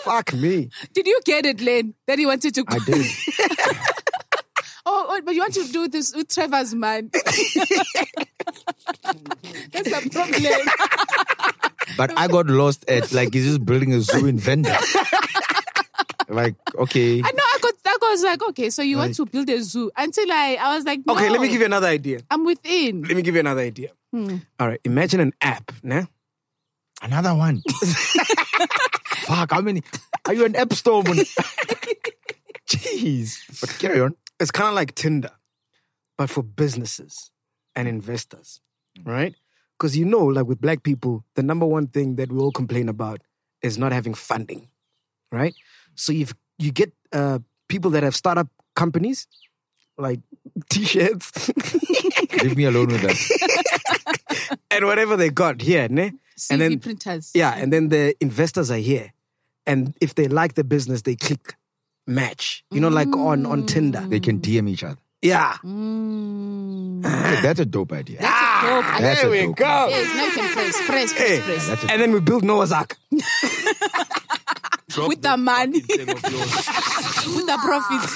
Fuck me. Did you get it, Len? That he wanted to go. I did. Oh, oh, but you want to do this with Trevor's man. That's a problem. But I got lost at like he's just building a zoo in Venda. like, okay. I know I got that was like, okay, so you want to build a zoo. Until I I was like, no, Okay, let me give you another idea. I'm within. Let me give you another idea. Hmm. All right, imagine an app, nah? Another one. Fuck, how many? Are you an app store? man? Jeez. But carry on. It's kind of like Tinder, but for businesses and investors, right? Because you know, like with black people, the number one thing that we all complain about is not having funding, right? So you you get uh, people that have startup companies, like t-shirts Leave me alone with that. and whatever they got here, ne? CV And then printers. yeah, and then the investors are here, and if they like the business, they click match. You know, like on on Tinder. They can DM each other. Yeah. Mm. Okay, that's a dope idea. That's a Ah! dope. I That's can- a There we dope go. Yes, now you can press, press, Hey, press, press. That's a- and then we built Noah's Ark. Drop With that the money. fucking thing of yours. With the profits.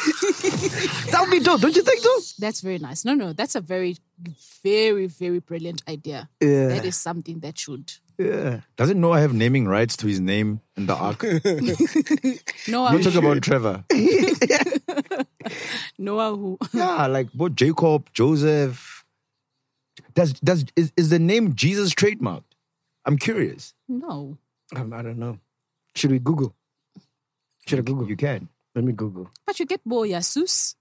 That would be dope, don't you think, though? That's very nice. No, no, that's a very, very, very brilliant idea. Yeah. That is something that should. Yeah. Doesn't Noah have naming rights to his name in the ark? Noah, You talk about Trevor. Noah who? Yeah, like both Jacob, Joseph. Does does is, is the name Jesus trademarked? I'm curious. No. Um, I don't know. Should we Google? Should I Google? You can. Let me Google. But you get more Yasus.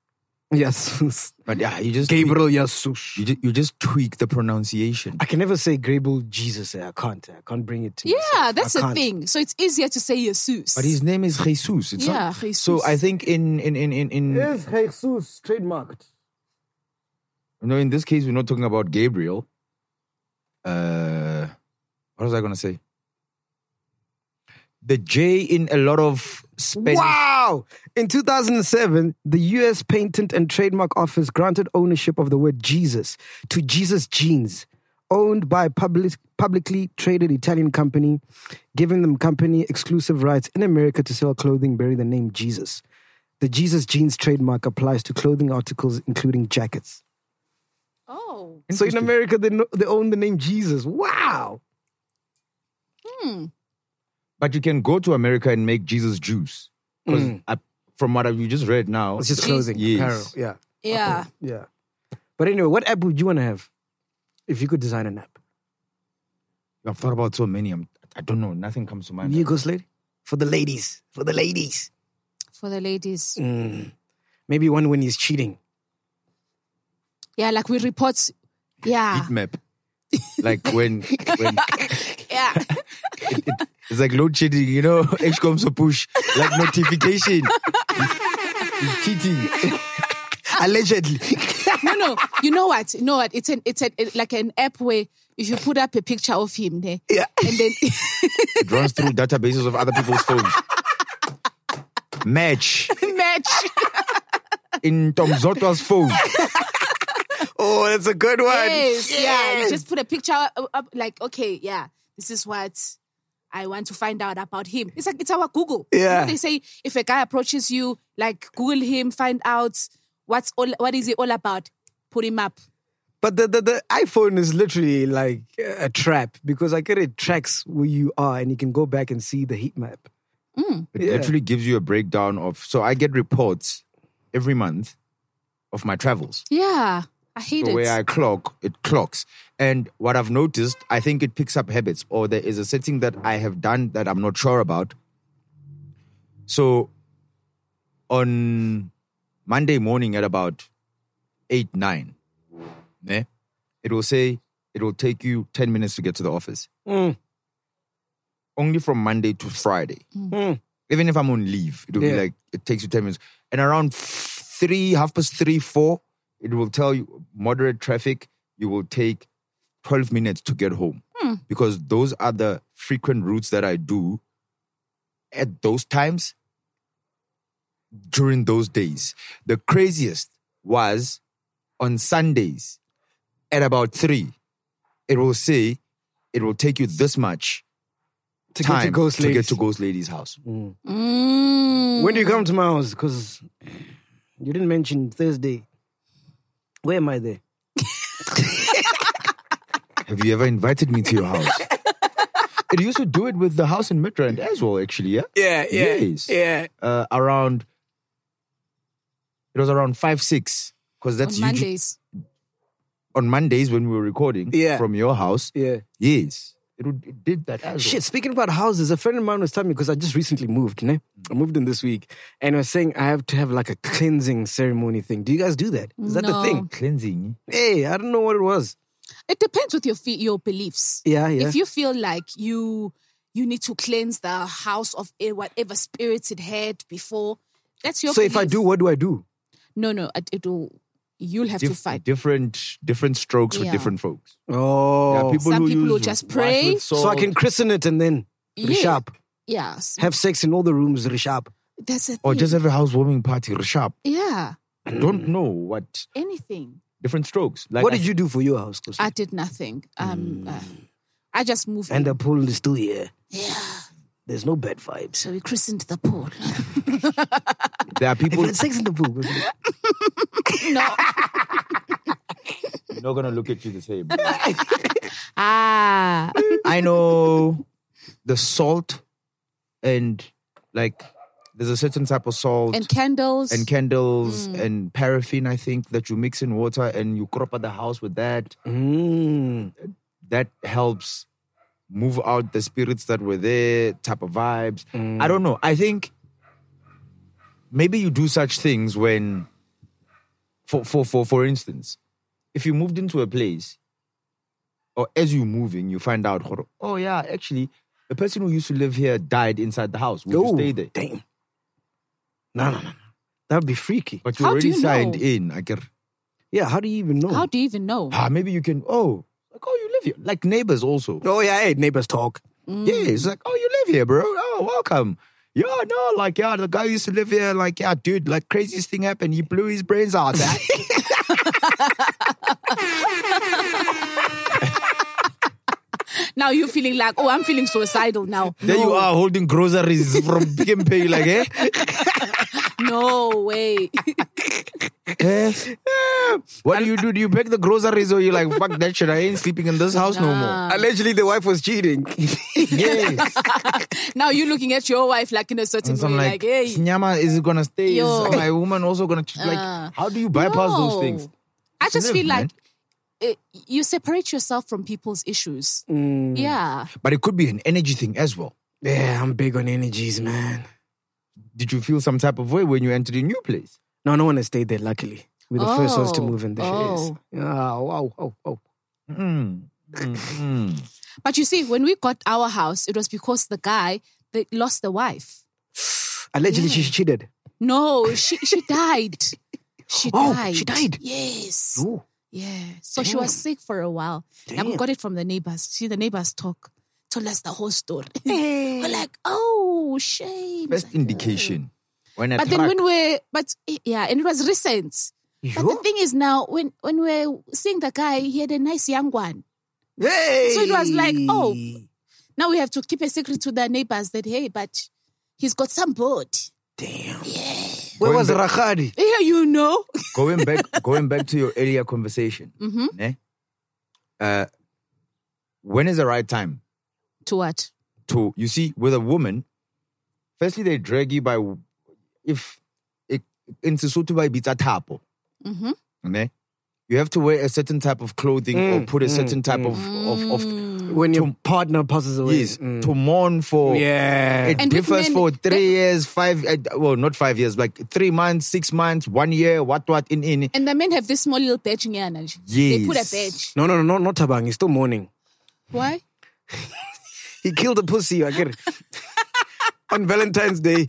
Yes. But yeah, you just Gabriel Yasush. You just, you just tweak the pronunciation. I can never say Gabriel Jesus. eh, I can't. I can't bring it to Yeah, myself. that's I the can't. thing. So it's easier to say Jesus. But his name is Jesus. It's Yeah, not, Jesus. So I think in in in in, in Is Jesus trademarked? no, in this case we're not talking about Gabriel. Uh, what was I gonna say? The J in a lot of Spanish. Wow! In 2007, the US Patent and Trademark Office granted ownership of the word Jesus to Jesus Jeans, owned by a public, publicly traded Italian company, giving them company exclusive rights in America to sell clothing bearing the name Jesus. The Jesus Jeans trademark applies to clothing articles, including jackets. Oh. So in America, they, know, they own the name Jesus. Wow! But you can go to America and make Jesus juice. 'Cause I- from what you just read now, Mm. It's just clothing, Yes. apparel. Yeah. Yeah. Yeah. But anyway, what app would you want to have if you could design an app? I've thought about so many. I'm, I don't know. Nothing comes to mind. You go, Slade? For the ladies. For the ladies. For the ladies. Maybe one when he's cheating. Yeah, like we report. Yeah. Heat map. like when when Yeah. It's like load shedding, you know, XCOM's a push, like notification. It's cheating. Allegedly. no, no. You know what? You know what? It's an it's an it- like an app where if you put up a picture of him there, Yeah. and then It runs through databases of other people's phones. Match match. in Tom Zotwa's phone. Oh, that's a good one. Yes. Yeah. You just put a picture up, up, like okay, yeah. This is what I want to find out about him. It's like it's our Google. You know, Yeah. they say if a guy approaches you, like Google him, find out what's all what is he all about. Put him up. But the, the, the iPhone is literally like a trap because I get it tracks where you are and you can go back and see the heat map. It Yeah. literally gives you a breakdown of so I get reports every month of my travels. Yeah. I hate the it. way I clock, it clocks. And what I've noticed, I think it picks up habits, or there is a setting that I have done that I'm not sure about. So on Monday morning at about eight, nine, ne, it will say it will take you 10 minutes to get to the office. Mm. Only from Monday to Friday. Mm. Even if I'm on leave, it'll Yeah. be like it takes you 10 minutes. And around f- three, half past three, four, it will tell you moderate traffic, you will take 12 minutes to get home. Because those are the frequent routes that I do at those times during those days. The craziest was on Sundays at about three, it will say it will take you this much To time get to Ghost to Ladies. get to Ghost Lady's house. Mm. When do you come to my house? Because you didn't mention Thursday. Where am I there? Have you ever invited me to your house? it used to do it with the house in Midrand as well, actually, yeah? Yeah, yeah, Yes. Yeah. Uh, around, it was around 5, 6, because that's on usually- Mondays? on Mondays when we were recording Yeah. from your house. Yeah. Yes. It, would, it did that as well. Shit, speaking about houses, a friend of mine was telling me because I just recently moved, ne? I moved in this week and was saying I have to have like a cleansing ceremony thing. Do you guys do that? Mm. Is that the No. thing? Cleansing. Hey, I don't know what it was. It depends with your fe- your beliefs. Yeah, yeah. If you feel like you you need to cleanse the house of a- whatever spirits it had before, that's your. so if I belief. do, what do I do? no, no, it, it will. You'll have to Dif- fight. different different strokes for Yeah. different folks. There Oh. are Some people use will just wash pray. with so I salt. can christen it and then Yeah. rishab. Yes, Have sex in all the rooms, rishab. that's a thing. or just have a housewarming party, Rishab. yeah, I don't know what. anything. different strokes. Like what I- did you do for your house? Kosi? I did nothing. Um, Hmm. uh, I just moved. and the pool is still here. yeah. There's no bad vibes. So we christened the pool. There are If people it's sex in the pool, you're not gonna look at you the same. ah. I know the salt and like there's a certain type of salt And candles. and candles Mm. and paraffin, I think, that you mix in water and you crop the house with that. mm. That helps move out the spirits that were there, type of vibes. I don't know. I think maybe you do such things when for for for for instance, if you moved into a place or as you're moving, you find out, "Horo- oh yeah, actually, the person who used to live here died inside the house. Would you Oh, stay there? Damn. No, no, no, no. That would be freaky. But you How do already you signed know? in. I get Yeah, how do you even know? How do you even know? ah, maybe you can. Oh, like oh, you live here. Like neighbors also. oh, yeah, hey, neighbors talk. Yeah, Mm. it's like oh, you live here, bro. Oh, welcome. Yeah, no, like yeah, the guy used to live here. Like yeah, dude, like craziest thing happened. He blew his brains out. Now you're feeling like, oh, I'm feeling suicidal now. there you are holding groceries from Big and Pay. Like eh, No way. Eh? what do you do? Do you pack the groceries or you like fuck that shit? I ain't sleeping in this house no Um, more. Allegedly, the wife was cheating. Yes. now you're looking at your wife like in a certain And so way, I'm like, like, hey. Nyama is it gonna stay? Yo. Is my woman also gonna ch- like? How do you bypass No. those things? I just live, feel like man. it, you separate yourself from people's issues. Hmm. Yeah. But it could be an energy thing as well. yeah, I'm big on energies, man. Did you feel some type of way when you entered a new place? No, no one has stayed there, luckily. We're the first ones to Oh, move in there. oh. Yes. Ah, wow, oh, oh. Mm. Mm, mm. But you see, when we got our house, it was because the guy that lost the wife. Allegedly, she cheated. No, she she died. She Oh, died. she died. Yes. Ooh. Yeah. So she was sick for a while. And we Damn. got it from the neighbors. See, the neighbors talk. Told us the whole story. We're like, oh, shame. Best indication. When But then when we're, but yeah, and it was recent. But the thing is now, when when we're seeing the guy, he had a nice young one. Hey! So it was like, oh. Now we have to keep a secret to the neighbors that hey, but he's got some board. Damn. Where was Going Rakhadi? Yeah, you know. going back, going back to your earlier conversation, Mhm. ne? uh, when is the right time To what? to you see with a woman? Firstly, they drag you by if it- in Sesotho by bita tapo. Mhm. ne? You have to wear a certain type of clothing or Mm, put a mm, certain type mm. of, of, of Mm. When your partner passes away. yes Mm. to mourn for Yeah. It And with differs men- for three years, five, uh, well, not five years, like three months, six months, one year, what, what, in, in. And the men have this small little badge in their energy. They put a Yes. badge. no, no, no, no, not Tabang. It's still mourning. Why? He killed a pussy. I get it. On Valentine's Day.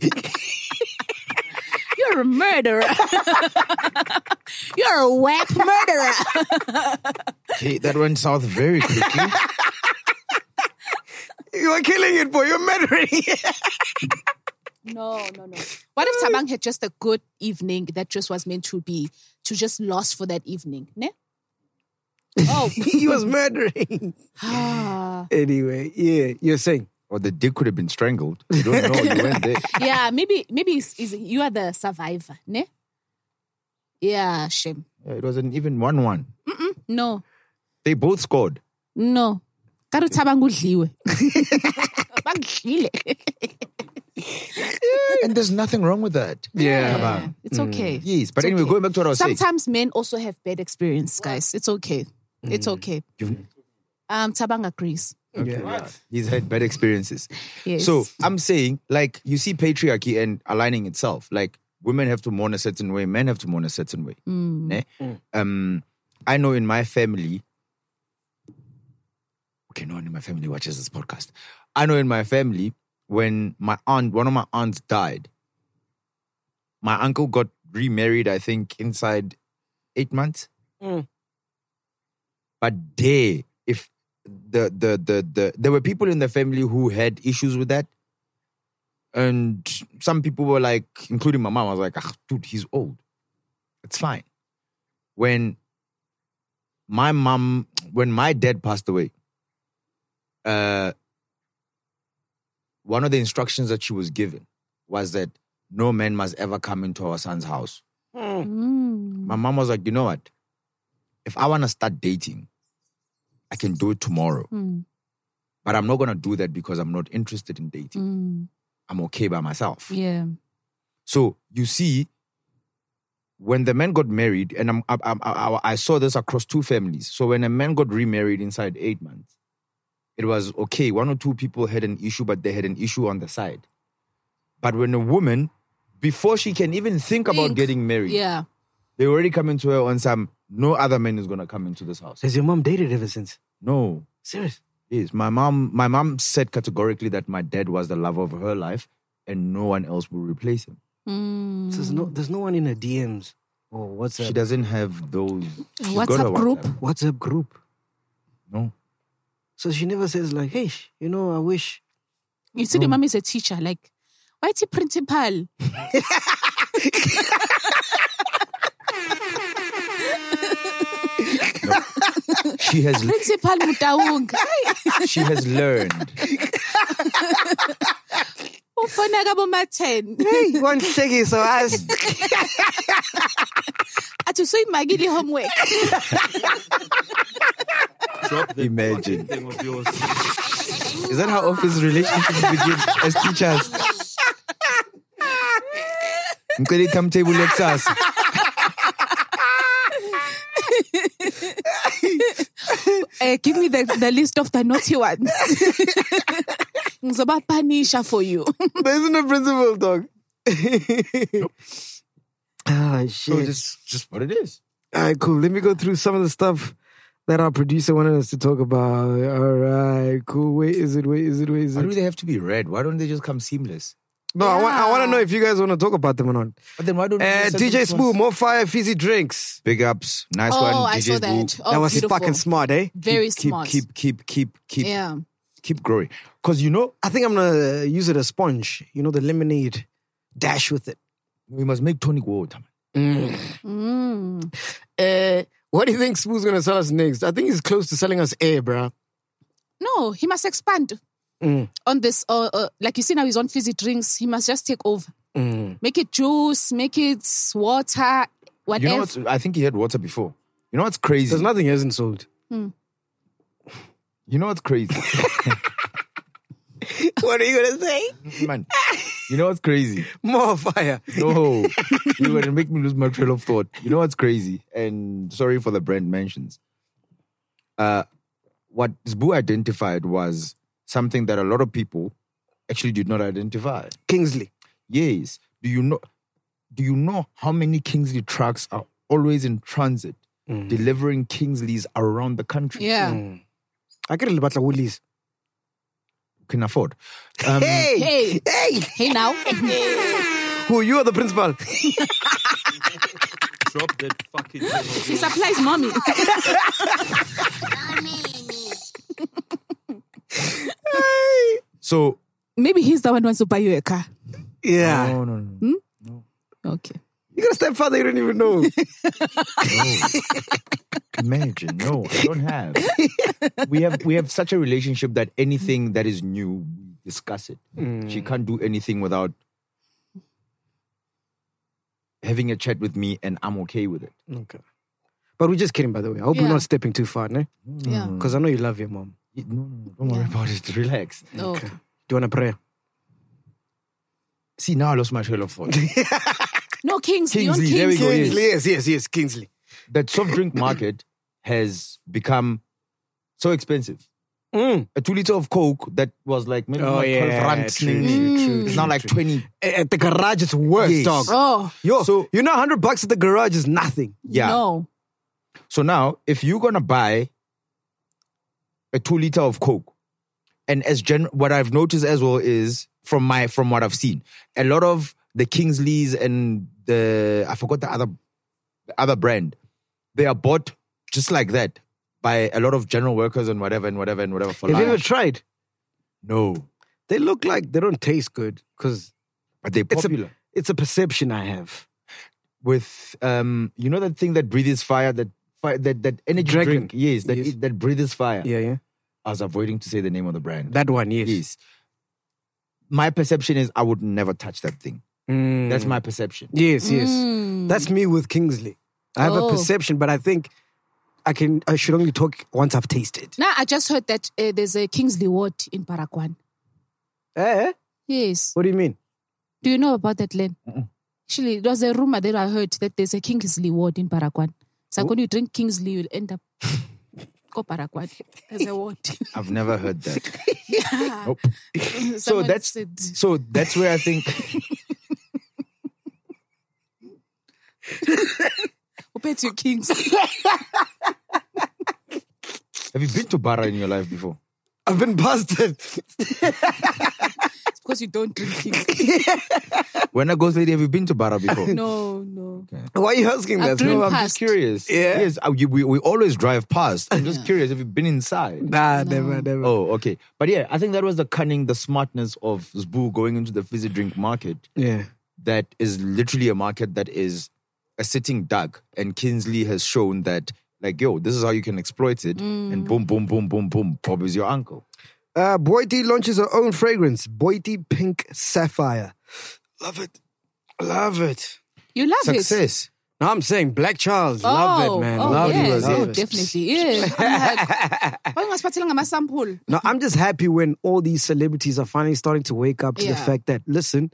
You're a murderer. You're a whack murderer. Okay, that went south very quickly. you are killing it, boy. You're murdering it. No, no, no. What if Tabang had just a good evening that just was meant to be to just last for that evening? Ne? Oh. he was murdering. Ah. Anyway, yeah, you're saying. or the dick could have been strangled. You don't know. You went there. yeah, maybe maybe it's, it's, you are the survivor, ne? Yeah, shame. Yeah, it wasn't even 1 1. No, They both scored. no. Ka re tshabang o dliwe. Ba ndlile. And there's nothing wrong with that. Yeah, It's okay. Yes, but anyway, okay. going back to what I was saying. Sometimes men also have bad experience, guys. It's okay. It's okay. Um, Tabang agrees. He's had bad experiences. Yes. So I'm saying, like, you see patriarchy and aligning itself. Like, women have to mourn a certain way, men have to mourn a certain way. Ne? Um, I know in my family, okay, no one in my family watches this podcast. I know in my family, when my aunt, one of my aunts died, my uncle got remarried, I think, inside eight months. Mm. But they, if the, the the the there were people in the family who had issues with that, and some people were like, including my mom, I was like, ah, dude, he's old. It's fine. When my mom, when my dad passed away, uh, one of the instructions that she was given was that no man must ever come into our son's house. My mom was like, you know what? If I want to start dating, I can do it tomorrow. Mm. But I'm not going to do that because I'm not interested in dating. Mm. I'm okay by myself. Yeah. So you see, when the man got married, and I'm, I, I, I, I saw this across two families. So when a man got remarried inside eight months, it was okay. One or two people had an issue, but they had an issue on the side. But when a woman, before she can even think, about Think. getting married, Yeah. they already come into her on some. No other man is gonna come into this house. Has your mom dated ever since? No, Serious? Yes, my mom. My mom said categorically that my dad was the love of her life, and no one else will replace him. Mm. So there's no, there's no one in her DMs or WhatsApp. She doesn't have those. she's got WhatsApp a group? WhatsApp group. No. So she never says like, "Hey, sh- you know, I wish." You see, the mom is a teacher. Like, why is he principal? She has. Principal Mutaung. she has learned. Ufona kaboma 10. Hey, one second, so I. Athi usuyimaki le homework. Drop that fucking Imagine. thing of yours. Is that how office relationships begin as teachers? Mcele timetable lets us. Eh, give me the, the list of the naughty ones. Ngizoba punisher for you. There isn't a principal, dog. Ah, shit. So just, just what it is. All right, cool. Let me go through some of the stuff that our producer wanted us to talk about. All right, cool. Where is it? Where is it? Where is Why do it? they have to be red? Why don't they just come seamless? No, I want. I want to know if you guys want to talk about them or not. But then why don't Uh, they send them DJ to Spoo, us? more fire, fizzy drinks. Big ups, nice one, oh, I DJ saw Spoo. that. Oh, that was beautiful. fucking smart, eh? Very keep, smart. Keep, keep, keep, keep, keep, yeah. keep growing. Cause you know I think I'm gonna use it as sponge. You know the lemonade dash with it. we must make tonic water. Mm. Uh, what do you think Spoo's gonna sell us next? I think he's close to selling us air, bruh. No, he must expand Mm. on this. Uh, uh, like you see now, he's on fizzy drinks. He must just take over. Mm. Make it juice, make it water, You know whatever. what? I think he had water before. You know what's crazy? There's nothing he hasn't sold. you know what's crazy? what are you gonna say? Man, you know what's crazy? More fire. No, you're going to make me lose my trail of thought. You know what's crazy? And sorry for the brand mentions. Uh, what Zbu identified was something that a lot of people actually did not identify. Kingsley. Yes. Do you know? Do you know how many Kingsley trucks are always in transit, delivering Kingsleys around the country? yeah. I get a little bit like Woolies. can afford. Um, Hey, Hey! hey now. Who you are the principal? Drop that fucking thing of he yours. supplies mommy. So Maybe he's the one who wants to buy you a car. yeah. no, no, no. Okay. You got a stepfather you don't even know. Imagine, no, I don't have. we have we have such a relationship that anything that is new, we discuss it. She can't do anything without having a chat with me, and I'm okay with it. okay. But we're just kidding, by the way. I hope we're Yeah. not stepping too far, no? Yeah. Because I know you love your mom. No, no, no don't worry Yeah. about it. Relax. Oh, okay. Do you want to pray? See, now I lost my trail of thought. No, Kingsley. Kingsley, Kingsley, there we Kingsley. go, yes. yes, yes, yes, Kingsley. that soft drink market has become so expensive. Mm. A two liter of Coke that was like maybe Oh, like 12 yeah, rand. true, maybe. true, true, It's true, now like true. 20. At the garage, it's worse, Yes. dog. Oh, Yo, So- you know, hundred bucks at the garage is nothing. Yeah. no. So now, if you're gonna buy a two liter of Coke, and as gen, what I've noticed as well is from my from what I've seen, a lot of the Kingsleys and the I forgot the other the other brand, they are bought just like that by a lot of general workers and whatever and whatever and whatever for Have you ever lunch. tried? no, They look like they don't taste good because but they're it's popular a it's a perception I have. with um you know that thing that breathes fire that fire, that that energy Dragon. drink, yes, that Yes. It, that breathes fire. Yeah, yeah. I was avoiding to say the name of the brand. That one, yes. yes. My perception is I would never touch that thing. Mm. That's my perception. Yes, yes. That's me with Kingsley. I have Mm. Oh. a perception, but I think I can. I should only talk once I've tasted. Now, I just heard that uh, there's a Kingsley Ward in Paraguay. Eh? Yes. What do you mean? Do you know about that, Len? Actually, it was a rumor that I heard that there's a Kingsley ward in Paraguay. Oh. So when you drink Kingsley, you'll end up go Paraguay. There's a ward. I've never heard that. yeah. Nope. so Someone that's said- so that's where I think Who bet you Kings? have you been to Barra in your life before? I've been busted. because you don't drink Kings. When I goes lady, have you been to Barra before? No, no. Why are you asking I've that? driven No, I'm past. just curious. Yeah. Yes, I, you- we, we always drive past. I'm just curious. Have you been inside? Nah, never, never. Oh, okay. But yeah, I think that was the cunning, the smartness of Zbu going into the fizzy drink market. Yeah. That is literally a market that is a sitting duck. And Kinsley has shown that, like, yo, this is how you can exploit it. And Mm. boom, boom, boom, boom, boom. Bob is your uncle. Uh, Boiti launches her own fragrance, Boiti Pink Sapphire. Love it. Love it. You love it. Success. No, I'm saying Black Charles. Oh, love it, man. Oh, love yeah. it. oh, Love it. definitely. Yeah. I'm like, why was Patila my sample? No, I'm just happy when all these celebrities are finally starting to wake up to the Yeah. fact that listen,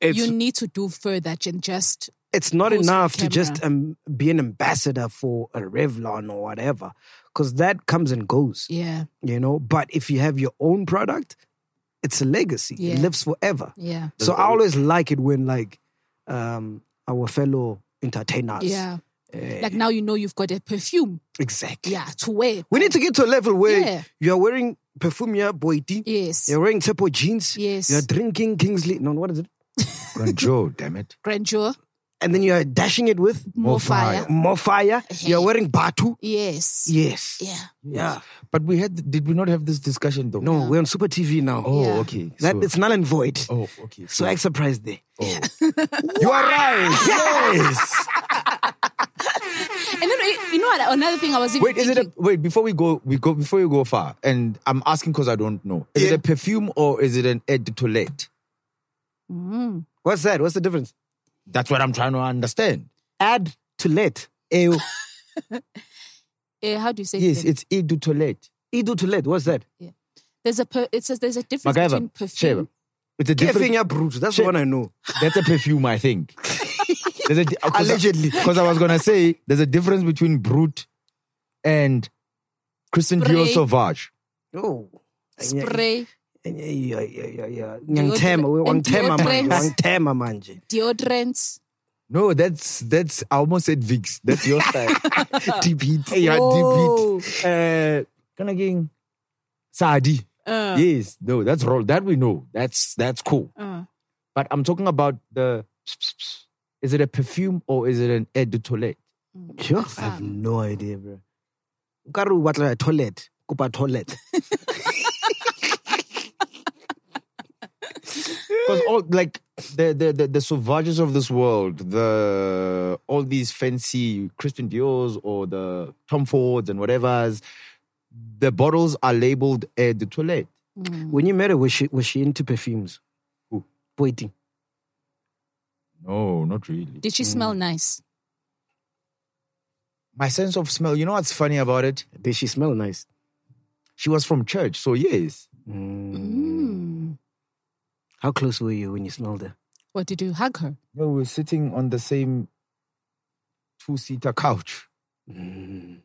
it's You need to do further than just it's not post enough to camera. just um, be an ambassador for a Revlon or whatever, because that comes and goes, yeah, you know. But if you have your own product, it's a legacy. It Yeah. lives forever. yeah, So I always like it when like um, our fellow entertainers, yeah. Eh. Like now you know you've got a perfume, exactly. yeah, to wear. We need to get to a level where Yeah. you are wearing perfumia boiti, Yes. you're wearing Tepo jeans, Yes. you're drinking Kingsley. No, what is it? Grandeur, damn it. Grandeur. and then you're dashing it with More, fire. more fire. You're wearing batu. Yes. Yes. Yeah. Yeah. But we had, did we not have this discussion though? No, we're on Super TV now. Oh, Yeah. okay. That So- it's null and void. oh, okay. So I surprised there. you are right. Yes. And then you you know what? Another thing I was even Wait, is it a, thinking- wait before we go? We go before you go far, and I'm asking because I don't know. Is it a perfume or is it an aide de toilette? What's that? What's the difference? That's what I'm trying to understand. Add to let. Ew. uh, how do you say? Yes, it, it's aide de toilette. Idu to let. What's that? there's a per, it says there's a difference between MacGyver, perfume. Sheba. It's a different. Kefinya brute. That's the Shit. one I know. That's a perfume, I think. There's a, di- uh, cause Allegedly. because I, was gonna say there's a difference between brute and Christian Dior Spray. Sauvage. Oh. Spray, Yeah, yeah, yeah, yeah. Deodorant- Wangtema manje. and deodorants. Wangtema manje. deodorants. No, that's that's. I almost said Vicks. That's your style. deep heat. Yeah, Whoa. deep heat. Uh, can I get Saadi? Uh, Yes, no, that's wrong. That we know. That's that's cool. uh, But I'm talking about the. Is it a perfume or is it an aide de toilette? Sure. I have no idea, bro. Ukaru batla toilet. Kupa toilet. Because all like the the the, the sauvages of this world, the all these fancy Christian Dior's or the Tom Fords and whatever's, the bottles are labeled aide de toilette. Mm. When you met her, was she was she into perfumes? Who? Waiting. No, not really. did she smell nice? My sense of smell. You know what's funny about it? Did she smell nice? She was from church, so yes. Mm. How close were you when you smelled her? What did you hug her? No, we were sitting on the same two-seater couch. In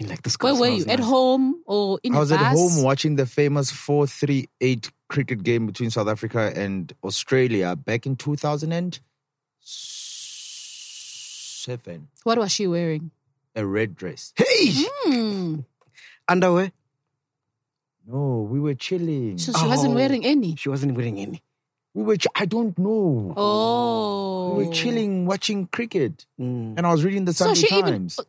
like this. Where were you? At home or in I was a at bus? home watching the famous 4 3 8 cricket game between South Africa and Australia back in 2007. What was she wearing? A red dress. Hey, Hmm. underwear. No, we were chilling. So she wasn't Oh. wearing any. She wasn't wearing any. We were, ch- I don't know. Oh, We were chilling, watching cricket. And I was reading the So Sunday she even- Times.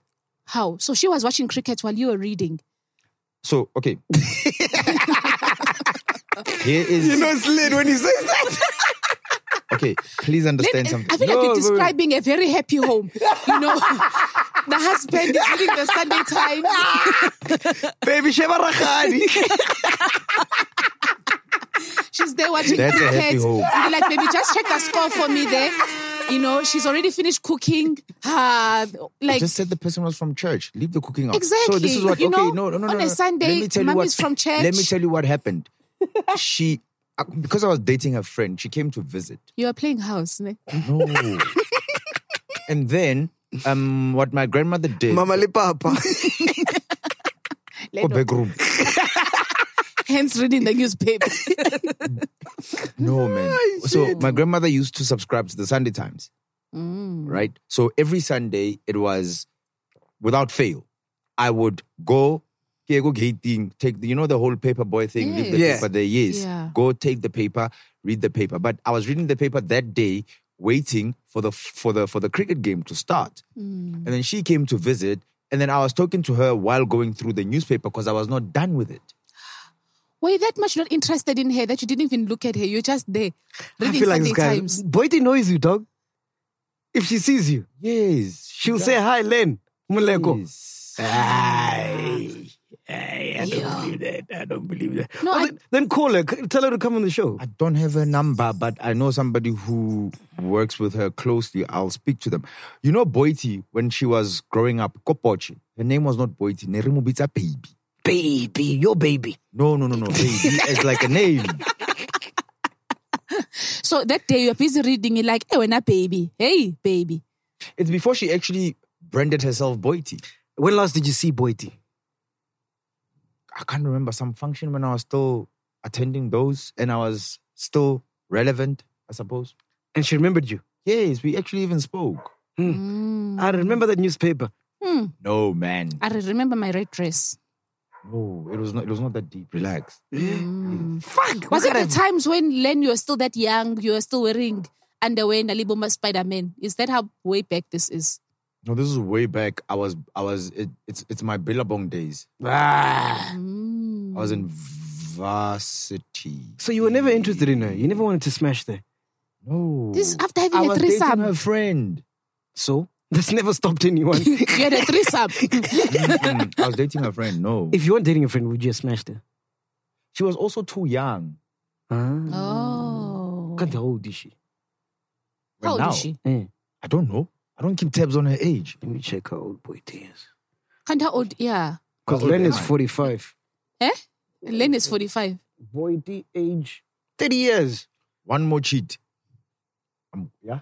How? So she was watching cricket while you were reading. so, okay. Here is. You know, it's lit when he says that. okay, please understand Then, something. eh, I feel like No, you're wait, wait. describing a very happy home. You know, The husband is reading the Sunday Times. Baby Sheba Rakhani. She's there watching That's a cricket. happy home. You'd be like, baby, just check the score for me there. You know, she's already finished cooking. Uh, like just said the person was from church. Leave the cooking out. So Exactly. this is what. You okay, know, no, no, no, on no, a no. Sunday, Let me tell you mom what- is from Let me church. tell you what happened. she, uh, because I was dating a friend, she came to visit. you are playing house. ne? Oh, No. and then, um, what my grandmother did. Mama le Papa. Oh, back room. Hence reading the newspaper. No, man. So my grandmother used to subscribe to the Sunday Times, right? So every Sunday it was without fail. I would go, yeah, go gating, take the, you know the whole paper boy thing, leave the Yes. paper there, yes. Yeah. Go take the paper, read the paper. But I was reading the paper that day, waiting for the for the for the cricket game to start. And then she came to visit, and then I was talking to her while going through the newspaper because I was not done with it. Were you that much not interested in her that you didn't even look at her? You're just there I reading feel like Sunday this guy. Times. Boyte knows you, dog. If she sees you, Yes. she'll say, Hi, Len. Muleko. yes. Aye. Aye, I don't believe that. I don't believe that. No, Well, I- then, then call her. c- Tell her to come on the show. I don't have her number, but I know somebody who works with her closely. I'll speak to them. You know, Boiti, when she was growing up, Kopochi, her name was not Boiti, Nerimubita Baby. Baby, your baby. No, no, no, no. Baby is like a name. So that day you're busy reading it like, hey, when a baby. Hey, baby. It's before she actually branded herself Boiti. When last did you see Boyte? I can't remember some function when I was still attending those and I was still relevant, I suppose. And she remembered you. Yes, we actually even spoke. Mm. I remember that newspaper. No, man. I remember my red dress. No, it was not it was not that deep. Relax. Fuck. Was look it at the him. times when Len, you were still that young, you were still wearing underwear and Aliboma Spider Man? Is that how way back this is? No, this is way back. I was I was it, it's it's my Billabong days. Ah. Mm. I was in varsity. So you were never interested in her. You never wanted to smash there. No. This after having I a was threesome. dating her friend. So that's never stopped anyone. you had a threesome. Mm, I was dating her friend. No, if you weren't dating a friend, would you have smashed her? she was also too young. Ah. oh. God, how old is she? Well, How old now, is she? Eh, I don't know. I don't keep tabs on her age. Let me check how old Boyte is. Can't how old? Yeah. Because How old Len am is I? 45. Eh? Len is 45. Boyte age 30 years. One more cheat. Um, yeah,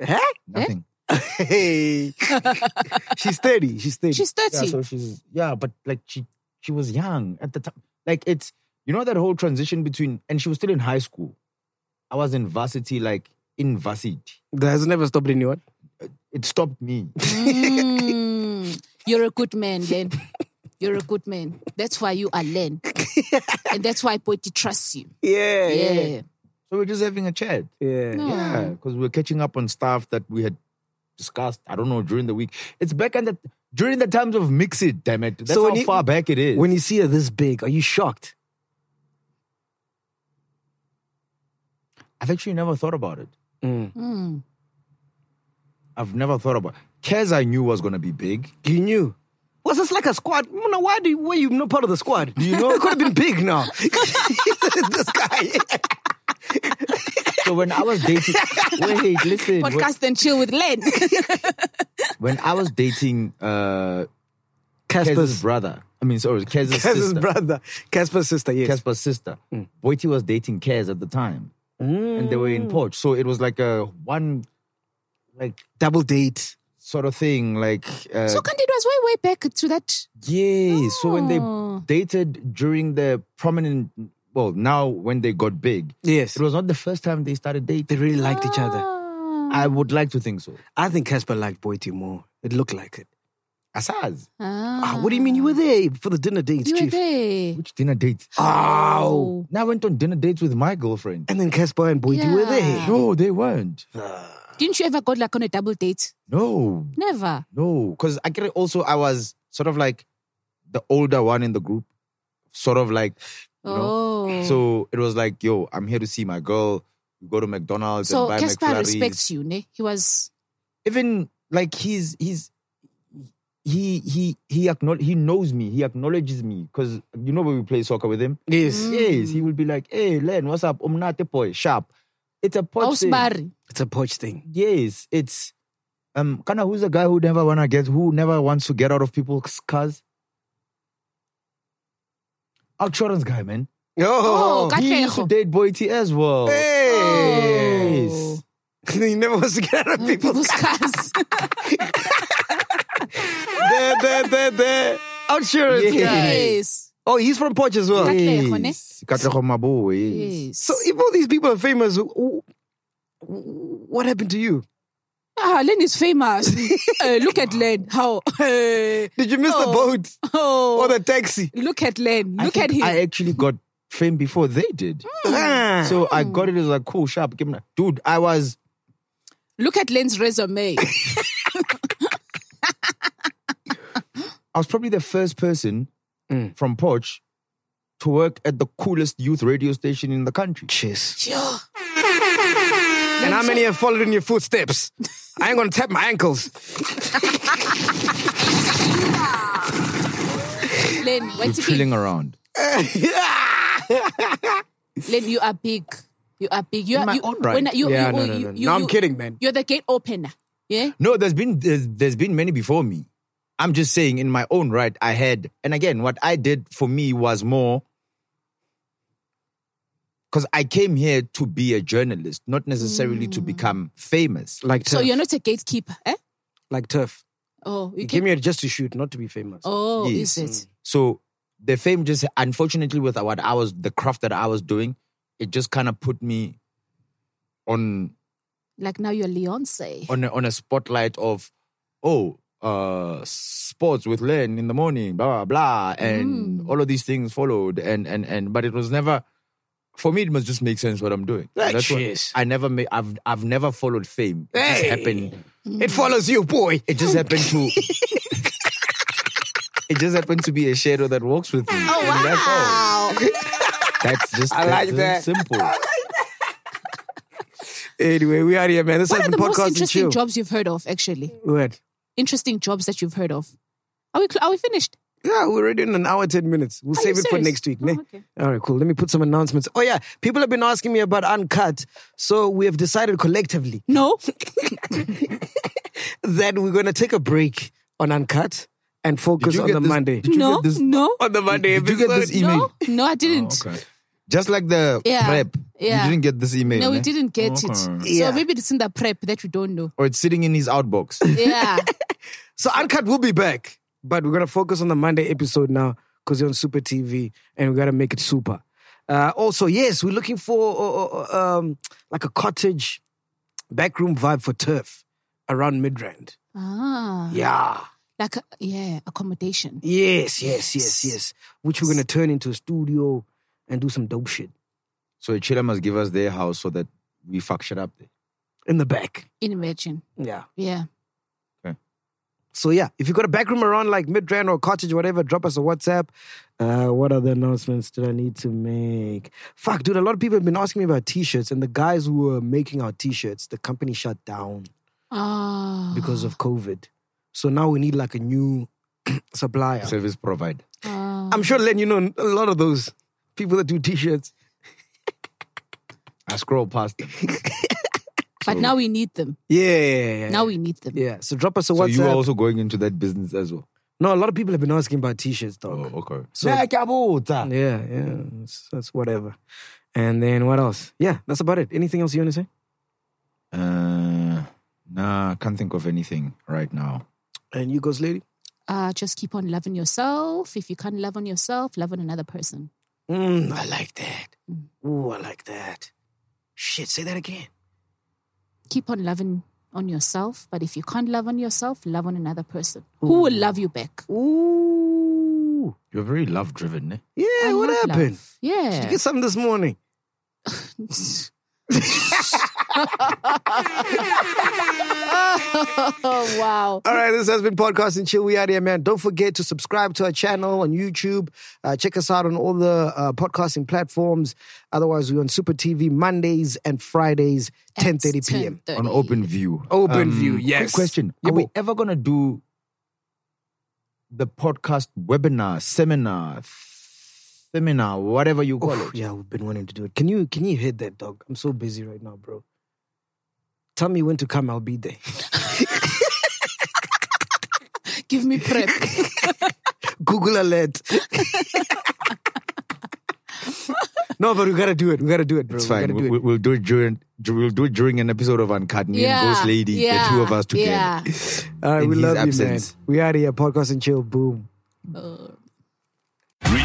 Eh? Huh? nothing. Hey. she's 30. She's 30. She's 30. Yeah, so she's yeah, but like she she was young at the time. Like it's you know that whole transition between and she was still in high school. I was in varsity, like in varsity. that has never stopped anyone. It stopped me. Mm. You're a good man, Len. You're a good man. That's why you are Len. and that's why Poeti trusts you. Yeah. Yeah. So we're just having a chat. Yeah. No. Yeah, because we're catching up on stuff that we had discussed. I don't know during the week. It's back in the during the times of mix it. Damn it, that's So when how you- far back it is. When you see her this big, are you shocked? I've actually never thought about it. Mm. I've never thought about. Kez I knew was gonna be big. You knew. Was this like a squad? Mona, why do you, were you not part of the squad? You know, it could have been big now. this guy. So when I was dating, wait, listen. when- Podcast and chill with Len. When I was dating uh, Kez's Casper's, brother, I mean, sorry, Casper's Kez's, sister, brother. Casper's sister, yes. Mm. Casper's sister, Boiti was dating Kez at the time, and they were in Porch. So it was like a one, like Double date. sort of thing, like. Uh, so Candid was way, way back to that. Yeah. So when they Oh. dated during the prominent, well, now when they got big, Yes. Ah. it was not the first time they started They dating. really liked each other. Oh. I would like to think so. I think Casper liked Boyte more. It looked like it. Asaz, Ah, what do you mean you were there for the dinner date, You were Chief? there. which dinner date? Ow. Oh. Now I went on dinner dates with my girlfriend. And then Casper and Boyte were there. Yeah. No, they weren't. Didn't you ever go like on a double date? No, Never. no, because I get it. Also, I was sort of like the older one in the group, sort of like. You know? Oh. So it was like, yo, I'm here to see my girl. We go to McDonald's So and buy Casper McFlurries. respects you, ne? He was even like he's he's he he he acknowledge, he knows me. He acknowledges me because you know when we play soccer with him. Yes. Yes, Mm. he will be like, "Hey, Len, what's up? I'm not a boy. Sharp. It's a poach thing. Osbari. It's a poach thing. Yes, it's um kind of who's the guy who never wanna get who never wants to get out of people's cars. Outsurance guy, man. Oh, God. He Katlego. used to date Boy T as well. Hey. Oh. Yes. he never wants to get out of people's People's cars. there, there, there, there. Outsurance Yes. guy. yes. Oh, he's from Poch as well. Yes. Katlego, ne? Yes. Katlego, my boy. Yes. Yes. So if all these people are famous, who- who- what happened to you? ah, Len is famous. Uh, look at Len. How? Uh, Did you miss the Oh. boat oh. or the taxi? look at Len. I Look think at him. I actually got fame before they did. Hmm. Ah. So I got it as like cool, sharp. Give me that. Dude, I was Look at Len's resume. I was probably the first person Mm. from Poch to work at the coolest youth radio station in the country. Cheers. Sure. And how many have followed in your footsteps? I ain't gonna tap my ankles. Len, You're what you big? chilling around. Len, you are big. You are big. You In are my you, own right. When you, Yeah, you, no, you, no, no, no. you- No, I'm you- kidding, man. You're the gate opener. Yeah. No, there's been there's, there's been many before me. I'm just saying, in my own right, I had, and again, what I did for me was more because I came here to be a journalist, not necessarily to become famous. like So turf. you're not a gatekeeper, eh? like turf. Oh, you You can came here just to shoot, not to be famous. Oh, is Yes. Mm. it? So the fame just, unfortunately, with what I was, the craft that I was doing, it just kind of put me on Like now you're Leonce. on a, on a spotlight of oh uh sports with Len in the morning blah blah blah and all of these things followed and and and but it was never for me it must just make sense what I'm doing Like, that's what cheers. I never made I've I've never followed fame it Hey. just happened It follows you, boy. it just happened to it just happened to be a shadow that walks with me oh that's all that's just I like that's simple Anyway, we are here, man. This What has are been the most podcast and interesting chill. jobs you've heard of, actually? Word. Interesting jobs that you've heard of. Are we cl- are we finished? Yeah, we're already in an hour, 10 minutes. We'll Are save you it for serious? next week. Oh, ne? okay. All right, cool. Let me put some announcements. Oh, yeah. People have been asking me about Uncut. So we have decided collectively No. that we're going to take a break on Uncut and focus you on get the this- Monday. did you no. get this no. on the Monday did you get this episode. email No. No, I didn't. okay just like the Yeah. prep Yeah. you didn't get this email eh? No, we ne? didn't get it. Okay. Yeah. So maybe it's in the prep that we don't know. or it's sitting in his outbox Yeah. So Uncut will be back, but we're gonna focus on the Monday episode now because you're on Super TV and we gotta make it super. Uh, also, yes, we're looking for uh, uh, um, like a cottage backroom vibe for turf around Midrand. ah. Yeah. Like, uh, yeah, accommodation. Yes, yes, yes, yes. Which we're gonna turn into a studio and do some dope shit So Chile must give us their house so that we fuck shit up. there. in the back. Imagine. Yeah. Yeah. So yeah, if you got a back room around like Midrand or cottage, whatever, drop us a WhatsApp. Uh, what other announcements did I need to make? Fuck, dude, a lot of people have been asking me about t-shirts, and the guys who were making our t-shirts, the company shut down Ah. because of COVID. So now we need like a new supplier. Service provider. ah. I'm sure Len, you know a lot of those people that do t-shirts. I scroll past them. but now we need them. Yeah, yeah, yeah. Now we need them. yeah. So drop us a so WhatsApp. you are also going into that business as well. no, a lot of people have been asking about t-shirts, dog. Oh, okay. So- Yeah, Kabuta. Yeah, yeah. That's, that's whatever. And then what else? Yeah, that's about it. Anything else you want to say? Uh, nah, can't think of anything right now. And you goes lady. Uh, just keep on loving yourself. If you can't love on yourself, love on another person. Mm, I like that. Ooh, I like that. Shit, say that again. Keep on loving on yourself. But if you can't love on yourself, love on another person who will love you back. Ooh. You're very love driven, eh? Yeah, I what love happened? love. Yeah. Did you get something this morning? oh, wow. All right, this has been Podcast and Chill. We out here, man. Don't forget to subscribe to our channel on YouTube. Uh, check us out on all the uh, podcasting platforms. Otherwise, we're on Super TV Mondays and Fridays, 10.30 p.m. On 10:30. open view. Open View, yes. Quick question. Yeah, Are we but- ever going to do the podcast webinar, seminar, seminar, whatever you call Oh, it. yeah, we've been wanting to do it. Can you can you hit that dog? I'm so busy right now, bro. Tell me when to come, I'll be there. Give me prep. Google alert. no, but we gotta do it. We gotta do it, bro. It's we fine. gotta We, do will it. we'll do it during. dur- We'll do it during an episode of Uncut Me Yeah, and Ghost Lady. yeah, the two of us together. yeah. All right, in we his love absence. you, man. We out here. Podcast and chill. Boom.